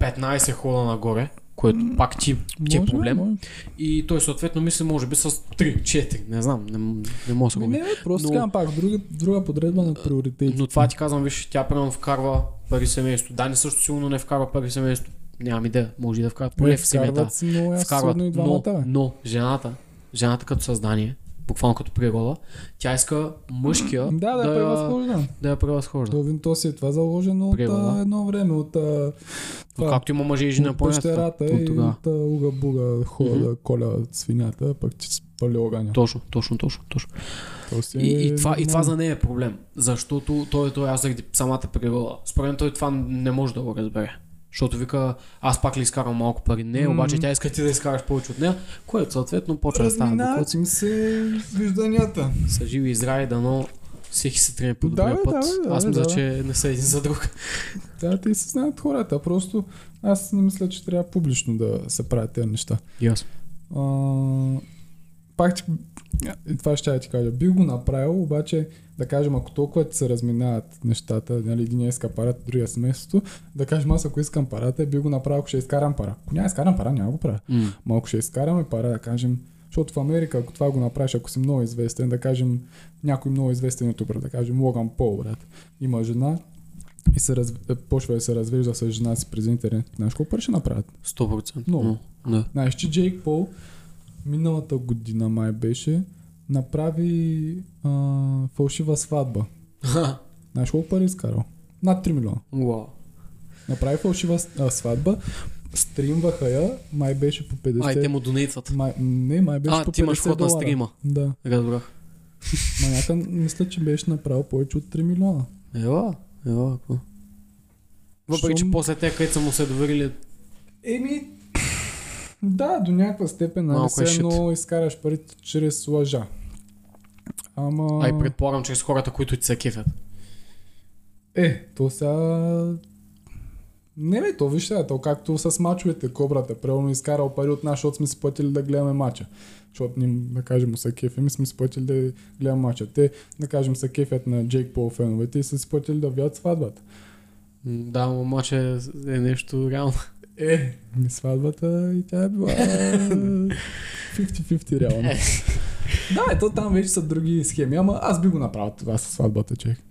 [SPEAKER 2] 15 хода нагоре, което пак ти, ти е
[SPEAKER 1] Може,
[SPEAKER 2] проблем.
[SPEAKER 1] може.
[SPEAKER 2] И той съответно мисли, може би, с 3-4. Не знам, не, м- не мога да се
[SPEAKER 1] Ми,
[SPEAKER 2] го
[SPEAKER 1] Ами не, бе, просто
[SPEAKER 2] Но-
[SPEAKER 1] казвам пак, друга, друга подредба на приоритети.
[SPEAKER 2] Но това ти казвам, виж, тя примерно вкарва пари в семейство. Дани също сигурно не вкарва пари в семейство. Нямам идея, може и да вкарва
[SPEAKER 1] Е,
[SPEAKER 2] поне в семейта.
[SPEAKER 1] вкарват си много
[SPEAKER 2] Вкарват,
[SPEAKER 1] ясно и
[SPEAKER 2] но,
[SPEAKER 1] двамата, бе.
[SPEAKER 2] но жената, жената като създание, буквално като природа, тя иска мъжкия
[SPEAKER 1] Да, да, е
[SPEAKER 2] да,
[SPEAKER 1] превъзхожда.
[SPEAKER 2] да я превъзхожда.
[SPEAKER 1] То винто си е това заложено от
[SPEAKER 2] Приема,
[SPEAKER 1] а,
[SPEAKER 2] да.
[SPEAKER 1] едно време, от, а,
[SPEAKER 2] Но
[SPEAKER 1] това,
[SPEAKER 2] както има мъже и жени на
[SPEAKER 1] от
[SPEAKER 2] планетата.
[SPEAKER 1] пещерата
[SPEAKER 2] От
[SPEAKER 1] и
[SPEAKER 2] тогава.
[SPEAKER 1] от а, уга-буга хора
[SPEAKER 2] Мгм.
[SPEAKER 1] да коля свинята, пък ти спали огъня.
[SPEAKER 2] Точно, точно, точно, точно.
[SPEAKER 1] То си
[SPEAKER 2] И,
[SPEAKER 1] е
[SPEAKER 2] и, това, и това
[SPEAKER 1] нормално.
[SPEAKER 2] за нея е проблем, защото той, той аз заради самата природа. Според мен той това не може да го разбере. Защото вика, аз пак ли изкарам малко пари? Не, обаче тя иска ти да изкараш повече от нея, което съответно почва да става
[SPEAKER 1] Разминават
[SPEAKER 2] докато
[SPEAKER 1] им се вижданията.
[SPEAKER 2] са живи и здрави, дано всеки се тръгне по
[SPEAKER 1] Да,
[SPEAKER 2] добрия
[SPEAKER 1] бе,
[SPEAKER 2] път.
[SPEAKER 1] да, бе,
[SPEAKER 2] аз
[SPEAKER 1] да,
[SPEAKER 2] мисля,
[SPEAKER 1] да.
[SPEAKER 2] че не са един за друг.
[SPEAKER 1] Да, те се знаят хората. Просто аз не мисля, че трябва публично да се правят тези неща.
[SPEAKER 2] Ясно.
[SPEAKER 1] А, пак ти, и това ще я ти кажа. Би го направил, обаче да кажем, ако толкова ти се разминават нещата, нали, един иска парата, другия семейството, да кажем, аз ако искам парата, би го направил, ако ще изкарам пара. Ако няма да изкарам пара, няма да го правя.
[SPEAKER 2] М.
[SPEAKER 1] Малко ще изкараме пара, да кажем, защото в Америка, ако това го направиш, ако си много известен, да кажем, някой много известен ютубър, да кажем, Логан Пол, брат, има жена и се раз... е, почва да се развежда с жена си през интернет. Знаеш колко пари ще направят?
[SPEAKER 2] 100%.
[SPEAKER 1] Много.
[SPEAKER 2] Да.
[SPEAKER 1] Знаеш, че Джейк Пол миналата година май беше направи а, фалшива сватба.
[SPEAKER 2] Ха,
[SPEAKER 1] Знаеш колко пари е изкарал? Над 3 милиона.
[SPEAKER 2] Уау.
[SPEAKER 1] Направи фалшива с- а, сватба, стримваха я, май беше по 50...
[SPEAKER 2] Ай, те му донейтват.
[SPEAKER 1] май, не, май беше
[SPEAKER 2] А,
[SPEAKER 1] по 50
[SPEAKER 2] ти имаш вход на
[SPEAKER 1] долара.
[SPEAKER 2] стрима.
[SPEAKER 1] Да.
[SPEAKER 2] Разбрах.
[SPEAKER 1] Маняка, мисля, че беше направил повече от 3 милиона.
[SPEAKER 2] Ела, ела, какво? Въпреки, че
[SPEAKER 1] Шум.
[SPEAKER 2] после те, където са му се доверили,
[SPEAKER 1] Еми, да, до някаква степен, нали,
[SPEAKER 2] Малко е
[SPEAKER 1] все
[SPEAKER 2] shit.
[SPEAKER 1] едно изкараш парите чрез лъжа. Ама...
[SPEAKER 2] Ай, предполагам, чрез хората, които ти се кефят.
[SPEAKER 1] Е, то сега... Не бе, то вижте, то както с мачовете, кобрата, правилно изкарал пари от нас, защото сме си платили да гледаме мача. Защото ни, да кажем, са кефим, сме си платили да гледаме мача. Те, да кажем, са кефят на Джейк Пол феновете и са си платили да вият сватбата.
[SPEAKER 2] М, Да, но маче е нещо реално.
[SPEAKER 1] Е, ми сватбата и тя е била 50-50 реално. да, ето там вече са други схеми, ама аз би го направил това с сватбата, чек.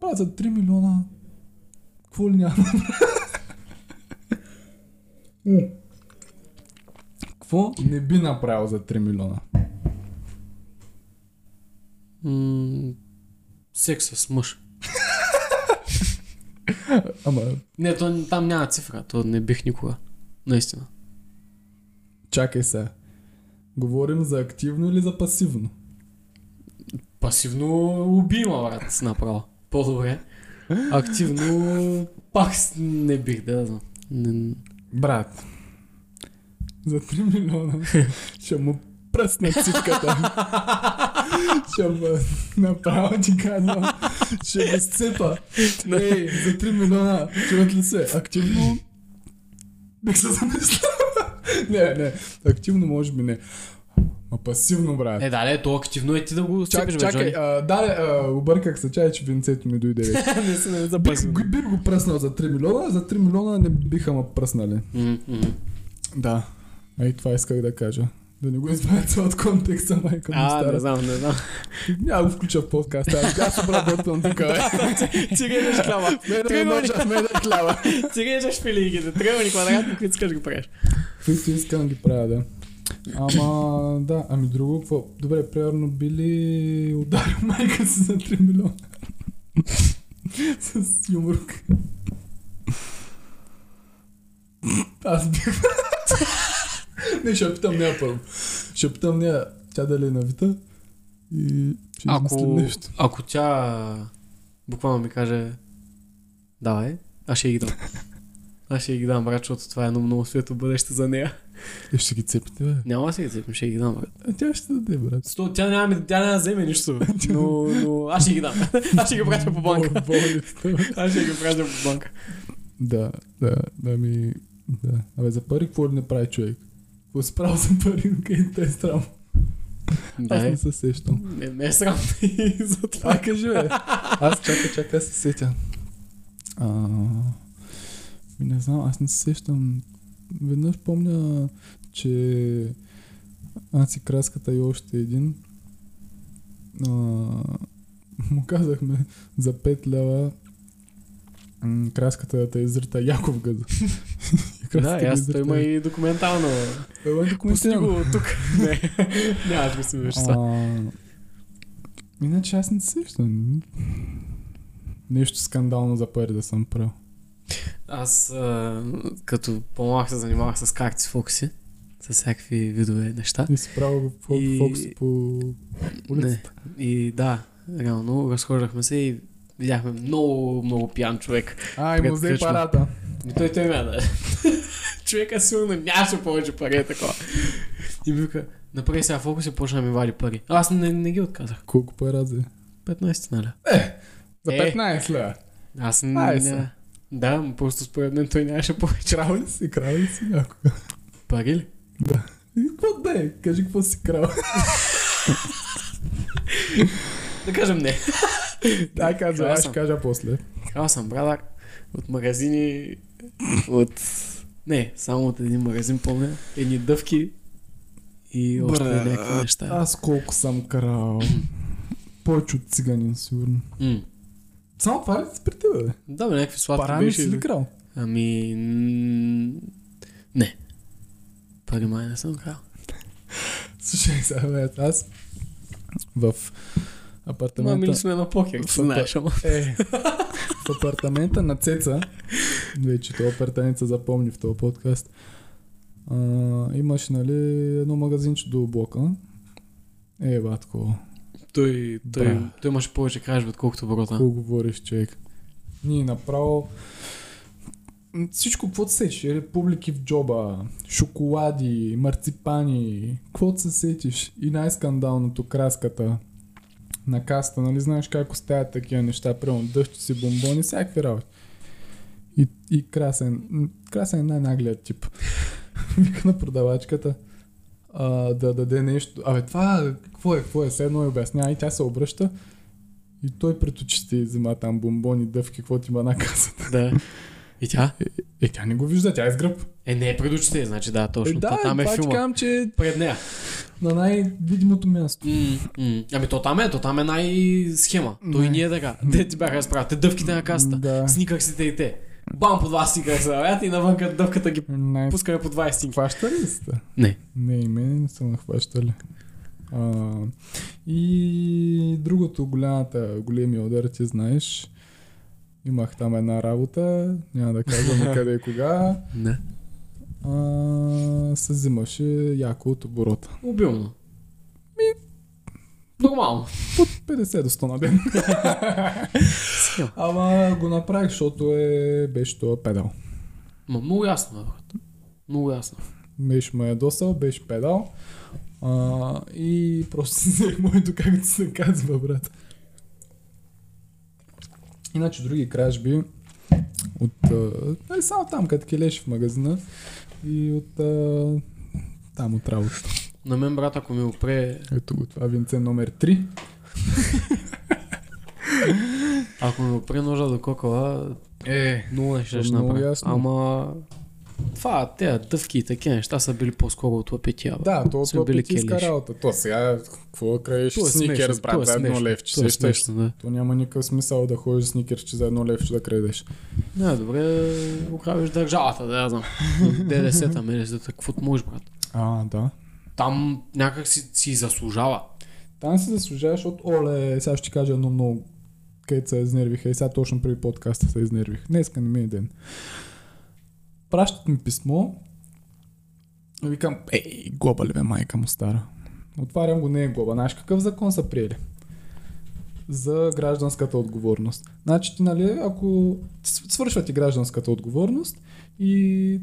[SPEAKER 1] Правят за 3 милиона. Какво ли няма? М. Какво не би направил за 3 милиона?
[SPEAKER 2] М, Секс с мъж.
[SPEAKER 1] Ама,
[SPEAKER 2] Не, то, там няма цифра, то не бих никога. Наистина.
[SPEAKER 1] чакай сега. Говорим за активно или за пасивно?
[SPEAKER 2] Пасивно убима, брат, с направо. По-добре. Активно пак с- не бих, да знам. Не-
[SPEAKER 1] Брат, за 3 милиона ще му пръсна цивката. ще му направо ти казвам, ще го сцепа. Ей, за 3 милиона, чуват ли се? Активно бих се замислил. не, не, активно може би не. Ма пасивно, брат.
[SPEAKER 2] Е, да, ле, то активно е ти да го
[SPEAKER 1] Чак,
[SPEAKER 2] сцепиш, бе,
[SPEAKER 1] чакай, е,
[SPEAKER 2] Джони.
[SPEAKER 1] а, да, бе, а, обърках се, чай, че винцето ми дойде. вече.
[SPEAKER 2] Не се не
[SPEAKER 1] Бих, го- бих го пръснал за 3 милиона, за 3 милиона не биха ме пръснали. Да. А и това исках да кажа. Да не го избавяте от контекста, майка ми
[SPEAKER 2] А, не
[SPEAKER 1] стара.
[SPEAKER 2] знам, не знам.
[SPEAKER 1] Няма го включа в подкаста. Аз аз обработвам тук, бе.
[SPEAKER 2] Tak. Ти режеш хляба.
[SPEAKER 1] Ме да не
[SPEAKER 2] Тръгвай.
[SPEAKER 1] мъжа, ме да клава.
[SPEAKER 2] Ти режеш филигите. Тръгвани квадрат, каквито искаш го правиш.
[SPEAKER 1] Каквито искам ги правя, да. Ама, да, ами друго, какво? Добре, примерно били ударил майка си за 3 милиона. С юмрук. Аз бих... не, ще питам нея първо. Ще питам нея, тя дали е навита и ще измислим
[SPEAKER 2] Ако,
[SPEAKER 1] нещо.
[SPEAKER 2] ако тя буквално ми каже давай, аз ще ги дам. Аз ще ги дам, брат, защото това е едно много светло бъдеще за нея.
[SPEAKER 1] Е, ще ги цепите, бе.
[SPEAKER 2] Няма да си ги цепим, ще ги дам, брат.
[SPEAKER 1] А тя ще даде, брат.
[SPEAKER 2] Сто, тя няма, ми- тя няма да вземе нищо, но, но аз ще ги дам. Аз ще ги праща по банка.
[SPEAKER 1] Бол- болницата, бе.
[SPEAKER 2] Аз ще ги праща по банка.
[SPEAKER 1] Да, да, да ми... Да. Абе, за пари какво ли не прави човек? Какво си правил за пари, но къде те е срам? Аз
[SPEAKER 2] Да, е.
[SPEAKER 1] не се сещам.
[SPEAKER 2] не, не е срам и за това.
[SPEAKER 1] А, кажи, бе. Аз чакай, чакай, аз се сетя. А, ми не знам, аз не се сещам. Веднъж помня, че аз и краската и още един а, му казахме за 5 лева м, краската да те изрита яко в гъза. И краската
[SPEAKER 2] Да, и
[SPEAKER 1] ги
[SPEAKER 2] аз
[SPEAKER 1] изрита
[SPEAKER 2] той има и документално.
[SPEAKER 1] Е, бъде
[SPEAKER 2] Пусни
[SPEAKER 1] документирано.
[SPEAKER 2] го от тук. Не, няма да го си виж това.
[SPEAKER 1] А, Иначе аз не се сещам. Нещо скандално за пари да съм правил.
[SPEAKER 2] Аз а, като по-малък се занимавах с карти с фокси, с всякакви видове неща.
[SPEAKER 1] И си правил го фо-
[SPEAKER 2] И-
[SPEAKER 1] фокус по улицата.
[SPEAKER 2] Не. И да, реално разхождахме се и видяхме много, много пиян човек.
[SPEAKER 1] А, и му взе
[SPEAKER 2] Предключва.
[SPEAKER 1] парата.
[SPEAKER 2] И той той ме да. Човека сигурно нямаше повече пари е такова. И ми вика, направи сега фокус и почна да ми вади пари. Аз не, не ги отказах.
[SPEAKER 1] Колко пара взе?
[SPEAKER 2] 15 наля.
[SPEAKER 1] За
[SPEAKER 2] Е.
[SPEAKER 1] 15 лева.
[SPEAKER 2] Аз
[SPEAKER 1] Ай,
[SPEAKER 2] не...
[SPEAKER 1] са.
[SPEAKER 2] не да, м, просто според мен той нямаше повече
[SPEAKER 1] Крал ли си? Крал ли си някога?
[SPEAKER 2] пари ли?
[SPEAKER 1] И какво да е? Кажи какво си крал.
[SPEAKER 2] Да кажем не.
[SPEAKER 1] Да, казва,
[SPEAKER 2] крал
[SPEAKER 1] аз
[SPEAKER 2] съм.
[SPEAKER 1] ще кажа после.
[SPEAKER 2] Крал съм брадър от магазини, от... Не, само от един магазин помня. Едни дъвки и още
[SPEAKER 1] Бра,
[SPEAKER 2] някакви неща.
[SPEAKER 1] Аз колко съм крал. Повече от циганин, сигурно.
[SPEAKER 2] М.
[SPEAKER 1] Само това ли си при тебе, бе?
[SPEAKER 2] Да, бе, някакви сладки
[SPEAKER 1] Пара не
[SPEAKER 2] беше.
[SPEAKER 1] си ли крал?
[SPEAKER 2] Ами... м, Не. Пари май не съм крал.
[SPEAKER 1] Слушай, сега, бе, аз в
[SPEAKER 2] Ма, мили
[SPEAKER 1] апартамента...
[SPEAKER 2] сме на покер, ти
[SPEAKER 1] Супер.
[SPEAKER 2] знаеш, ама.
[SPEAKER 1] Е, в апартамента на Цеца, вече този апартамент се запомни в този подкаст, а, имаш, нали, едно магазинче до блока. Е, батко,
[SPEAKER 2] Той, той,
[SPEAKER 1] Бра.
[SPEAKER 2] той имаше повече кражби, отколкото оборота.
[SPEAKER 1] какво говориш, човек? Ние направо... М, Всичко, каквото се сетиш, републики в джоба, шоколади, марципани, каквото се сетиш. И най-скандалното, краската на каста, нали знаеш как оставят такива неща, примерно дъщи си, бомбони, всякакви работи. И, и красен, м, красен е най-наглият тип. Вика на продавачката а, да даде нещо. Абе, това какво е, какво е, седно и обяснява и тя се обръща. И той пред очите й взема там бомбони, дъвки, какво ти има на касата.
[SPEAKER 2] Да. И тя?
[SPEAKER 1] Е, тя не го вижда, тя е с гръб.
[SPEAKER 2] Е, не е пред очите, значи да,
[SPEAKER 1] Е,
[SPEAKER 2] точно.
[SPEAKER 1] да,
[SPEAKER 2] Та- там е
[SPEAKER 1] това ти
[SPEAKER 2] филма.
[SPEAKER 1] казвам, че е
[SPEAKER 2] Пред нея.
[SPEAKER 1] на най-видимото място.
[SPEAKER 2] М, м. Ами то там е, то там е най-схема. То и
[SPEAKER 1] Не.
[SPEAKER 2] ние така. Те ти бяха разправят. Те дъвките на каста.
[SPEAKER 1] Да.
[SPEAKER 2] Сниках си те и те. Бам по два сниках се навят и навънка дъвката ги
[SPEAKER 1] Най-
[SPEAKER 2] пускаме по 20 снимки.
[SPEAKER 1] Хваща ли сте?
[SPEAKER 2] Не.
[SPEAKER 1] Не, и мен не са нахващали. А, и другото, голямата, големия удар, ти знаеш, имах там една работа, няма да казвам къде и кога,
[SPEAKER 2] Не.
[SPEAKER 1] а, се взимаше яко от оборота.
[SPEAKER 2] Обилно. Нормално.
[SPEAKER 1] 50 до 100 на ден.
[SPEAKER 2] Схема.
[SPEAKER 1] Ама го направих, защото е, беше това педал.
[SPEAKER 2] Ма, много ясно, бе, брат. Много ясно.
[SPEAKER 1] Беше ме ядосал, беше педал. А, и просто си взех моето, както се казва, брат. Иначе други кражби от... а, Нали, само там, като келеш в магазина и от... а, Там от работа.
[SPEAKER 2] На мен, брат, ако ми опре,
[SPEAKER 1] Ето го, това е винце номер 3.
[SPEAKER 2] ако ми опре ножа до кокала,
[SPEAKER 1] Е,
[SPEAKER 2] много неща ще
[SPEAKER 1] Много
[SPEAKER 2] направя.
[SPEAKER 1] ясно.
[SPEAKER 2] Ама това, те дъвки и такива неща са били по-скоро от лапетия. бе.
[SPEAKER 1] да, то от
[SPEAKER 2] Са били
[SPEAKER 1] лъпи ти иска
[SPEAKER 2] келеши.
[SPEAKER 1] работа. То сега, какво краеш
[SPEAKER 2] То е
[SPEAKER 1] сникерс,
[SPEAKER 2] смешно, то е
[SPEAKER 1] брат, за едно
[SPEAKER 2] смешно,
[SPEAKER 1] левче.
[SPEAKER 2] То е
[SPEAKER 1] сещаш
[SPEAKER 2] смешно, да.
[SPEAKER 1] То няма никакъв смисъл да ходиш с сникерче за едно левче да крадеш.
[SPEAKER 2] Не, добре, ограбиш държавата, да я знам. ДДС-та, МДС-та, каквото можеш, брат.
[SPEAKER 1] А, да.
[SPEAKER 2] Там някак си, си заслужава.
[SPEAKER 1] Там си заслужаваш от Оле, сега ще ти кажа едно много където се изнервиха и сега точно преди подкаста се изнервих. Днеска не ми е ден. Пращат ми писмо и викам, ей, глоба ли бе майка му стара? Отварям го, не е глоба. Знаеш какъв закон са приели? За гражданската отговорност. Значи ти, нали, ако с- свършва ти гражданската отговорност и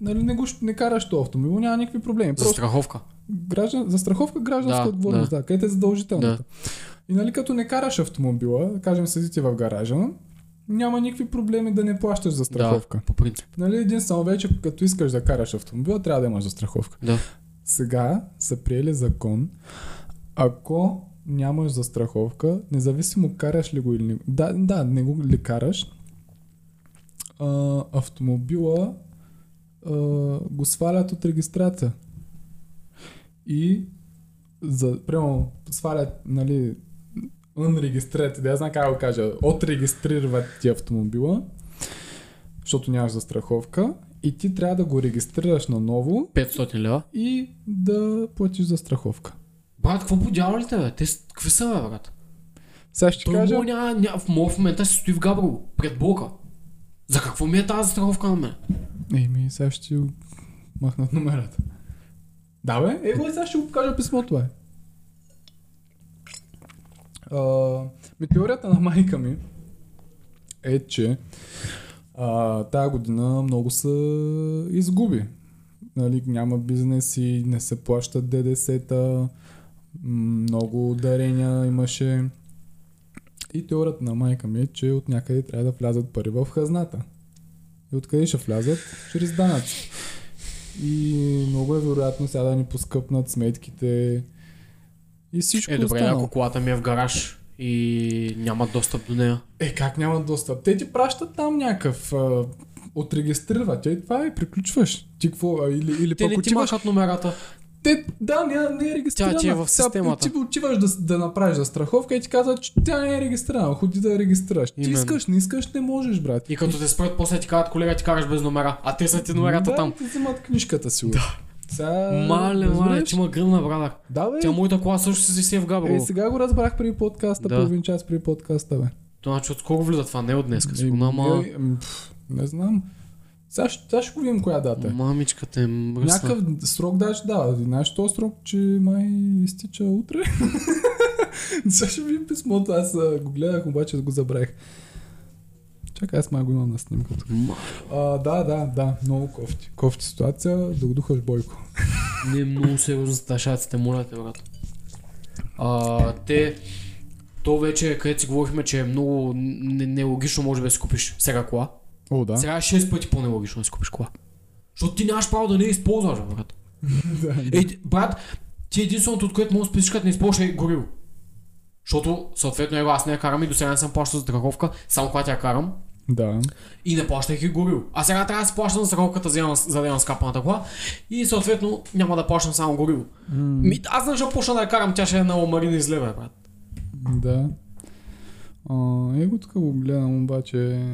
[SPEAKER 1] нали, не, го, щ- не караш то автомобил, няма никакви проблеми.
[SPEAKER 2] За
[SPEAKER 1] Просто
[SPEAKER 2] страховка.
[SPEAKER 1] граждан, за страховка гражданска да,
[SPEAKER 2] Да,
[SPEAKER 1] отговорност, да, да където е задължителната.
[SPEAKER 2] Да.
[SPEAKER 1] И нали като не караш автомобила, да кажем седите в гаража, няма никакви проблеми да не плащаш за страховка.
[SPEAKER 2] Да, по принцип.
[SPEAKER 1] Нали единствено вече като искаш да караш автомобила, трябва да имаш за страховка.
[SPEAKER 2] Да.
[SPEAKER 1] Сега са приели закон, ако нямаш застраховка, независимо караш ли го или не. Да, да не го ли караш, а, автомобила а, го свалят от регистрация. И за, прямо свалят, нали, unregistrated, да я знам как го кажа, отрегистрират ти автомобила, защото нямаш застраховка и ти трябва да го регистрираш наново
[SPEAKER 2] 500 лева.
[SPEAKER 1] и да платиш за страховка.
[SPEAKER 2] Брат, какво подява ли те, бе? Те с- какви са, бе, брат?
[SPEAKER 1] Сега ще ти
[SPEAKER 2] Той
[SPEAKER 1] кажа,
[SPEAKER 2] му няма, няма, в моя в момента си стои в Габрово, пред блока. За какво ми е тази страховка на мен?
[SPEAKER 1] еми, сега ще ти махнат номерата. Да бе, е, бе, сега ще го покажа е. писмото, бе. А, ми теорията на майка ми е, че а, тая година много са изгуби. Нали, няма бизнеси, не се плащат ДДС-та, м, много дарения имаше. И теорията на майка ми е, че от някъде трябва да влязат пари в хазната. И откъде ще влязат? Чрез данъци. И много е вероятно сега да ни поскъпнат сметките и всичко
[SPEAKER 2] Е, добре,
[SPEAKER 1] останало.
[SPEAKER 2] ако колата ми е в гараж и няма достъп до нея.
[SPEAKER 1] Е, как няма достъп? Те ти пращат там някакъв а, отрегистрират. Те това и приключваш. Ти какво? а, Или, или
[SPEAKER 2] Те
[SPEAKER 1] пък
[SPEAKER 2] не ти
[SPEAKER 1] отиваш...
[SPEAKER 2] махат номерата.
[SPEAKER 1] Те, да, не, не е регистрирана.
[SPEAKER 2] Тя ти е в
[SPEAKER 1] Сега
[SPEAKER 2] системата.
[SPEAKER 1] Ти отиваш да, да направиш застраховка и ти казват, че тя не е регистрирана. Ходи да я регистрираш. Ти
[SPEAKER 2] Именно.
[SPEAKER 1] искаш, не искаш, не можеш, брат.
[SPEAKER 2] И като те спрат, после ти казват, колега, ти караш без номера. А те са ти номерата
[SPEAKER 1] да,
[SPEAKER 2] там.
[SPEAKER 1] Ти взимат книжката си. Да. Сега...
[SPEAKER 2] Мале, мале,
[SPEAKER 1] разбираш?
[SPEAKER 2] ти ма гръмна, брат.
[SPEAKER 1] Да, бе.
[SPEAKER 2] Тя моята кола също си си е в
[SPEAKER 1] Е,
[SPEAKER 2] Габрово.
[SPEAKER 1] сега го разбрах преди подкаста,
[SPEAKER 2] Да.
[SPEAKER 1] половин час преди подкаста, бе.
[SPEAKER 2] Това, значи отскоро влиза това, не е от днес. Сигурно,
[SPEAKER 1] Е,
[SPEAKER 2] ама...
[SPEAKER 1] е, м, пф, не знам. Сега ще, сега ще го видим коя дата е.
[SPEAKER 2] Мамичката е мръсна.
[SPEAKER 1] Някакъв срок даже да, знаеш то срок, че май изтича утре. Сега ще видим писмото, аз а, го гледах, обаче го забравих. Чакай, аз май го имам на снимката.
[SPEAKER 2] Ма-
[SPEAKER 1] А, да, да, да, много кофти. Кофти ситуация, да го духаш Бойко.
[SPEAKER 2] Не е много сериозно за ташаците, моля те, брат. А, те, то вече, където си говорихме, че е много н- нелогично, може би да си купиш сега кола.
[SPEAKER 1] О, да.
[SPEAKER 2] Сега е 6 пъти по-нелогично да си купиш кола. Защото ти нямаш право да не я използваш, бе, брат. Ей, ти- брат, ти единственото, от което можеш да спестиш, като не използваш е горил. Защото, съответно, ева, аз не я карам и до сега не съм плащал за страховка, само когато я карам
[SPEAKER 1] Да.
[SPEAKER 2] и не плащах и горил. А сега трябва да си плащам за страховката за да имам- за да имам скапаната кола и съответно няма да плащам само горил. Ми, аз не ще почна да я карам, тя ще е на омарина излева, брат.
[SPEAKER 1] Да. А, е го тук го гледам, обаче...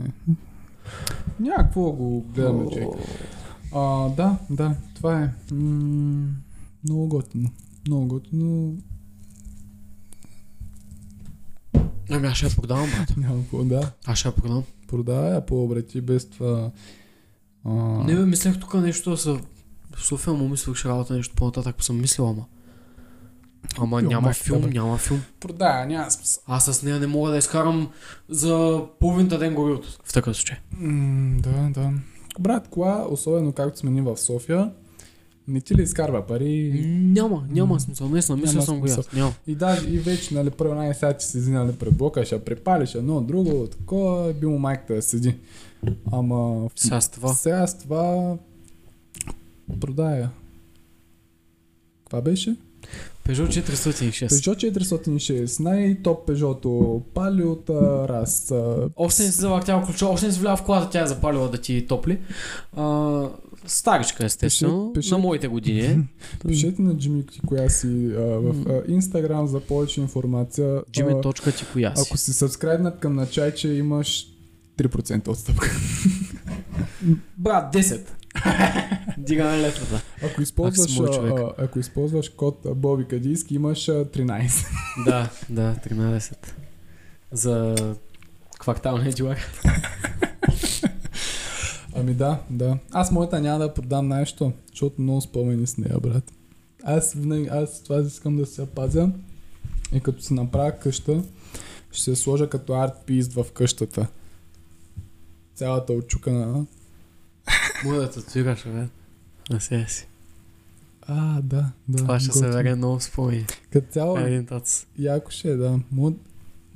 [SPEAKER 1] Някакво го гледаме, чек. А, да, да, това е. М- много готино. Много готино.
[SPEAKER 2] Ами аз ще я продавам, брат.
[SPEAKER 1] Няма какво, да.
[SPEAKER 2] Аз ще я продам.
[SPEAKER 1] Продавай я по-добре, ти без това... А,
[SPEAKER 2] Не бе, мислех тук нещо да са... В София му мислех, ще работя нещо по-нататък, съм мислил, ама. Ама
[SPEAKER 1] Йо,
[SPEAKER 2] няма
[SPEAKER 1] майка, да,
[SPEAKER 2] филм,
[SPEAKER 1] бе.
[SPEAKER 2] няма филм.
[SPEAKER 1] продая, няма смисъл.
[SPEAKER 2] Аз с нея не мога да изкарам за половинта ден горилото. В такъв случай.
[SPEAKER 1] М, да, да. Брат, кола, особено както сме ние в София, не ти ли изкарва пари?
[SPEAKER 2] Няма, няма смисъл. Наистина, мисля
[SPEAKER 1] Няма
[SPEAKER 2] съм го и аз.
[SPEAKER 1] смисъл.
[SPEAKER 2] Няма.
[SPEAKER 1] И даже и вече, нали, първо най сега ти си нали, пред блока, ще препалиш едно, друго, такова, би му майката да седи. Ама... в-
[SPEAKER 2] Сега с това.
[SPEAKER 1] Сега с това... Продая. Каква беше?
[SPEAKER 2] Peugeot 406.
[SPEAKER 1] Peugeot 406, най-топ Peugeot, пали от а, раз. А,
[SPEAKER 2] Още не си завъртял ключа, още не си влял в колата, тя е запалила да ти топли. А, старичка, естествено,
[SPEAKER 1] пише-
[SPEAKER 2] на моите години. е.
[SPEAKER 1] пишете на Джимми ти коя си а, в а, Instagram за повече информация.
[SPEAKER 2] Джиме
[SPEAKER 1] А,
[SPEAKER 2] точка ти коя си.
[SPEAKER 1] Ако си сабскрайбнат към на чайче, имаш 3% отстъпка.
[SPEAKER 2] Брат, 10. Дигаме летвата.
[SPEAKER 1] Ако използваш,
[SPEAKER 2] мой
[SPEAKER 1] а,
[SPEAKER 2] човек.
[SPEAKER 1] а, ако използваш код а, Боби Кадийски, имаш а, 13.
[SPEAKER 2] Да, да, 13. За кварталния дилар.
[SPEAKER 1] Ами да, да. Аз моята няма да продам нещо, защото много спомени с нея, брат. Аз винаги, аз това искам да се я пазя. И като си направя къща, ще се сложа като арт-пист в къщата. Цялата отчукана.
[SPEAKER 2] Мога да татуираш, бе. На себе си.
[SPEAKER 1] А, да, да.
[SPEAKER 2] Това ще се Е.
[SPEAKER 1] готино.
[SPEAKER 2] вере много спомени.
[SPEAKER 1] Като цяло,
[SPEAKER 2] Един тац.
[SPEAKER 1] яко ще е, да. Мога,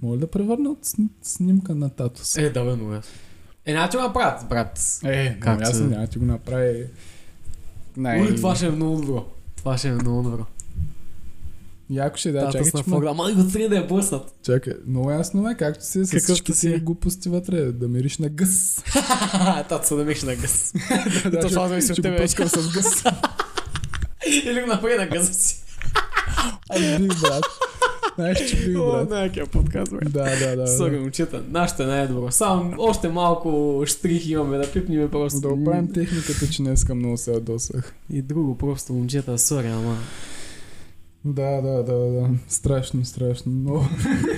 [SPEAKER 1] мога ли да превърна от сни- снимка на татус?
[SPEAKER 2] Е, да бе, но ясно. Е, няма ти го направят, брат.
[SPEAKER 1] Е,
[SPEAKER 2] Как
[SPEAKER 1] как ясно,
[SPEAKER 2] се-
[SPEAKER 1] няма да ти го направи. Най...
[SPEAKER 2] Ули, това ще е много добро. Това ще е много добро.
[SPEAKER 1] Яко ще е, да,
[SPEAKER 2] Да,
[SPEAKER 1] чакай,
[SPEAKER 2] Татус на
[SPEAKER 1] че ма...
[SPEAKER 2] флог. Ама го трябва да я блъснат.
[SPEAKER 1] Чакай, много ясно е, както си е с
[SPEAKER 2] Какъвто
[SPEAKER 1] всички
[SPEAKER 2] си е.
[SPEAKER 1] си глупости вътре, да мириш на гъс.
[SPEAKER 2] Татус да миш на гъс.
[SPEAKER 1] Да,
[SPEAKER 2] това
[SPEAKER 1] ще-
[SPEAKER 2] зависи от
[SPEAKER 1] ще го
[SPEAKER 2] тебе.
[SPEAKER 1] пъскам с гъс.
[SPEAKER 2] Или го направи на гъса си.
[SPEAKER 1] Аз Ами, бих, брат. Знаеш, че бих,
[SPEAKER 2] О,
[SPEAKER 1] брат.
[SPEAKER 2] най-кия подкаст, бе.
[SPEAKER 1] Да, да, да.
[SPEAKER 2] Сори,
[SPEAKER 1] да.
[SPEAKER 2] момчета, нашата е най-добро. Само още малко штрих имаме да пипнем просто.
[SPEAKER 1] Да оправим техниката, че днес към много се ядосах.
[SPEAKER 2] И друго, просто момчета, сори, ама.
[SPEAKER 1] Да, да, да, да. Страшно, страшно. Но...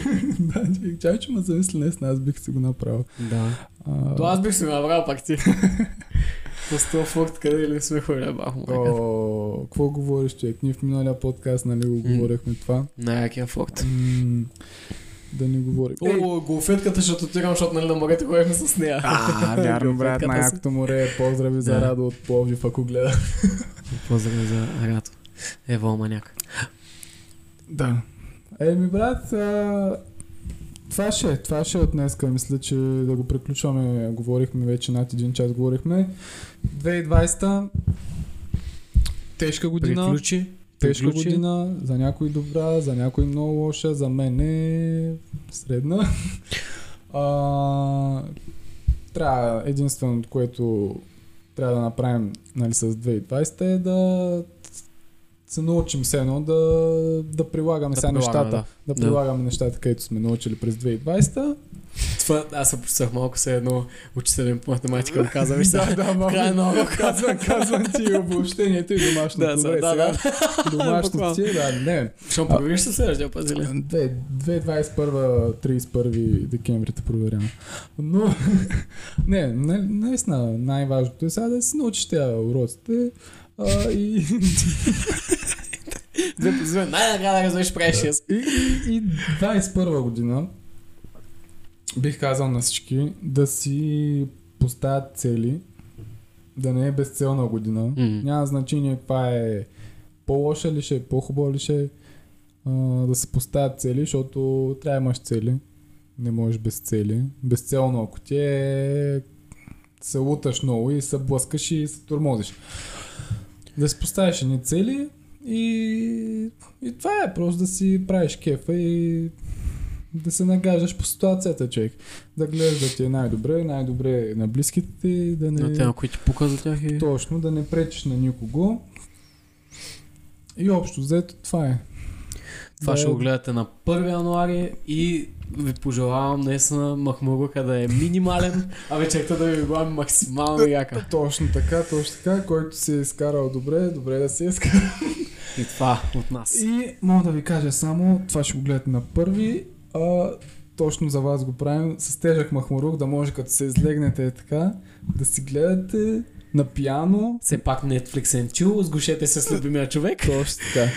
[SPEAKER 1] да, чай, че ме замисли днес, аз бих си го направил.
[SPEAKER 2] Да.
[SPEAKER 1] А,
[SPEAKER 2] То аз бих се направил пак ти. С това форт къде ли сме хвърля бах му. майка.
[SPEAKER 1] О, какво говориш, човек? Ние в миналия подкаст, нали, го говорихме това.
[SPEAKER 2] Най-якия форт.
[SPEAKER 1] М, Да не говорим.
[SPEAKER 2] О, голфетката ще тотирам, защото нали на морето ходихме с нея.
[SPEAKER 1] А, вярно, брат,
[SPEAKER 2] Голфетката е, си.
[SPEAKER 1] най-акто море. Поздрави за
[SPEAKER 2] Да.
[SPEAKER 1] Радо от Пловдив, ако гледа.
[SPEAKER 2] Поздрави за Рато. Ево, маняк.
[SPEAKER 1] Да. Еми, брат, а, това ще е, това ще е от днеска. Мисля, че да го приключваме. Говорихме вече над един час, говорихме. 2020 тежка година.
[SPEAKER 2] Приключи.
[SPEAKER 1] Тежка
[SPEAKER 2] Приключи.
[SPEAKER 1] година, за някой добра, за някой много лоша, за мен е средна. А, трябва единственото, което трябва да направим нали, с 2020 е да се научим все едно да, да прилагаме
[SPEAKER 2] Да
[SPEAKER 1] сега
[SPEAKER 2] прилагаме,
[SPEAKER 1] нещата. Да,
[SPEAKER 2] да. Да.
[SPEAKER 1] прилагаме нещата, където сме научили през 2020.
[SPEAKER 2] Това аз се почувствах малко се едно учителен по математика го каза, виж сега.
[SPEAKER 1] да, малко.
[SPEAKER 2] Край на урока.
[SPEAKER 1] Казвам, казвам ти обобщението и домашното.
[SPEAKER 2] Да,
[SPEAKER 1] Добре,
[SPEAKER 2] да,
[SPEAKER 1] сега
[SPEAKER 2] да.
[SPEAKER 1] домашното ти е, да, не.
[SPEAKER 2] Щом провериш се следващия път, нали? или?
[SPEAKER 1] 2021-31 декември те проверявам. Но, не, не, наистина най-важното е сега да си научиш тя уроците а, и,
[SPEAKER 2] Две по две. Най-накрая да развиш правиш 6.
[SPEAKER 1] и, и, и 21 година бих казал на всички да си поставят цели, да не е безцелна година.
[SPEAKER 2] Мгм.
[SPEAKER 1] Няма значение каква е по-лоша ли ще е, по-хубава ли ще е, а, да се поставят цели, защото трябва да имаш цели. Не можеш без цели. Безцелно, ако ти е се луташ много и се блъскаш и се турмозиш. Да си поставиш едни цели и, и това е просто да си правиш кефа и да се нагаждаш по ситуацията, човек. Да гледаш да ти е най-добре, най-добре е на близките ти, да не...
[SPEAKER 2] На те, които ти пука за тях и...
[SPEAKER 1] Точно, да не пречиш на никого. И общо, взето това е.
[SPEAKER 2] Това
[SPEAKER 1] Да
[SPEAKER 2] ще
[SPEAKER 1] е-
[SPEAKER 2] го гледате на 1 януари и ви пожелавам наистина махмурука да е минимален, а вечерта да ви била максимално яка.
[SPEAKER 1] Точно така, точно така. Който се е изкарал добре, добре да се е изкарал.
[SPEAKER 2] И това от нас.
[SPEAKER 1] И мога да ви кажа само, това ще го гледате на първи. А, точно за вас го правим с тежък махмурук, да може като се излегнете е така, да си гледате на пиано.
[SPEAKER 2] Все пак Netflix and chill, сгушете се с любимия човек.
[SPEAKER 1] Точно така.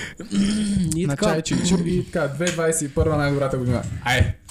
[SPEAKER 2] И
[SPEAKER 1] на
[SPEAKER 2] така,
[SPEAKER 1] чайче. И така, 2021 най-добрата година. Ай!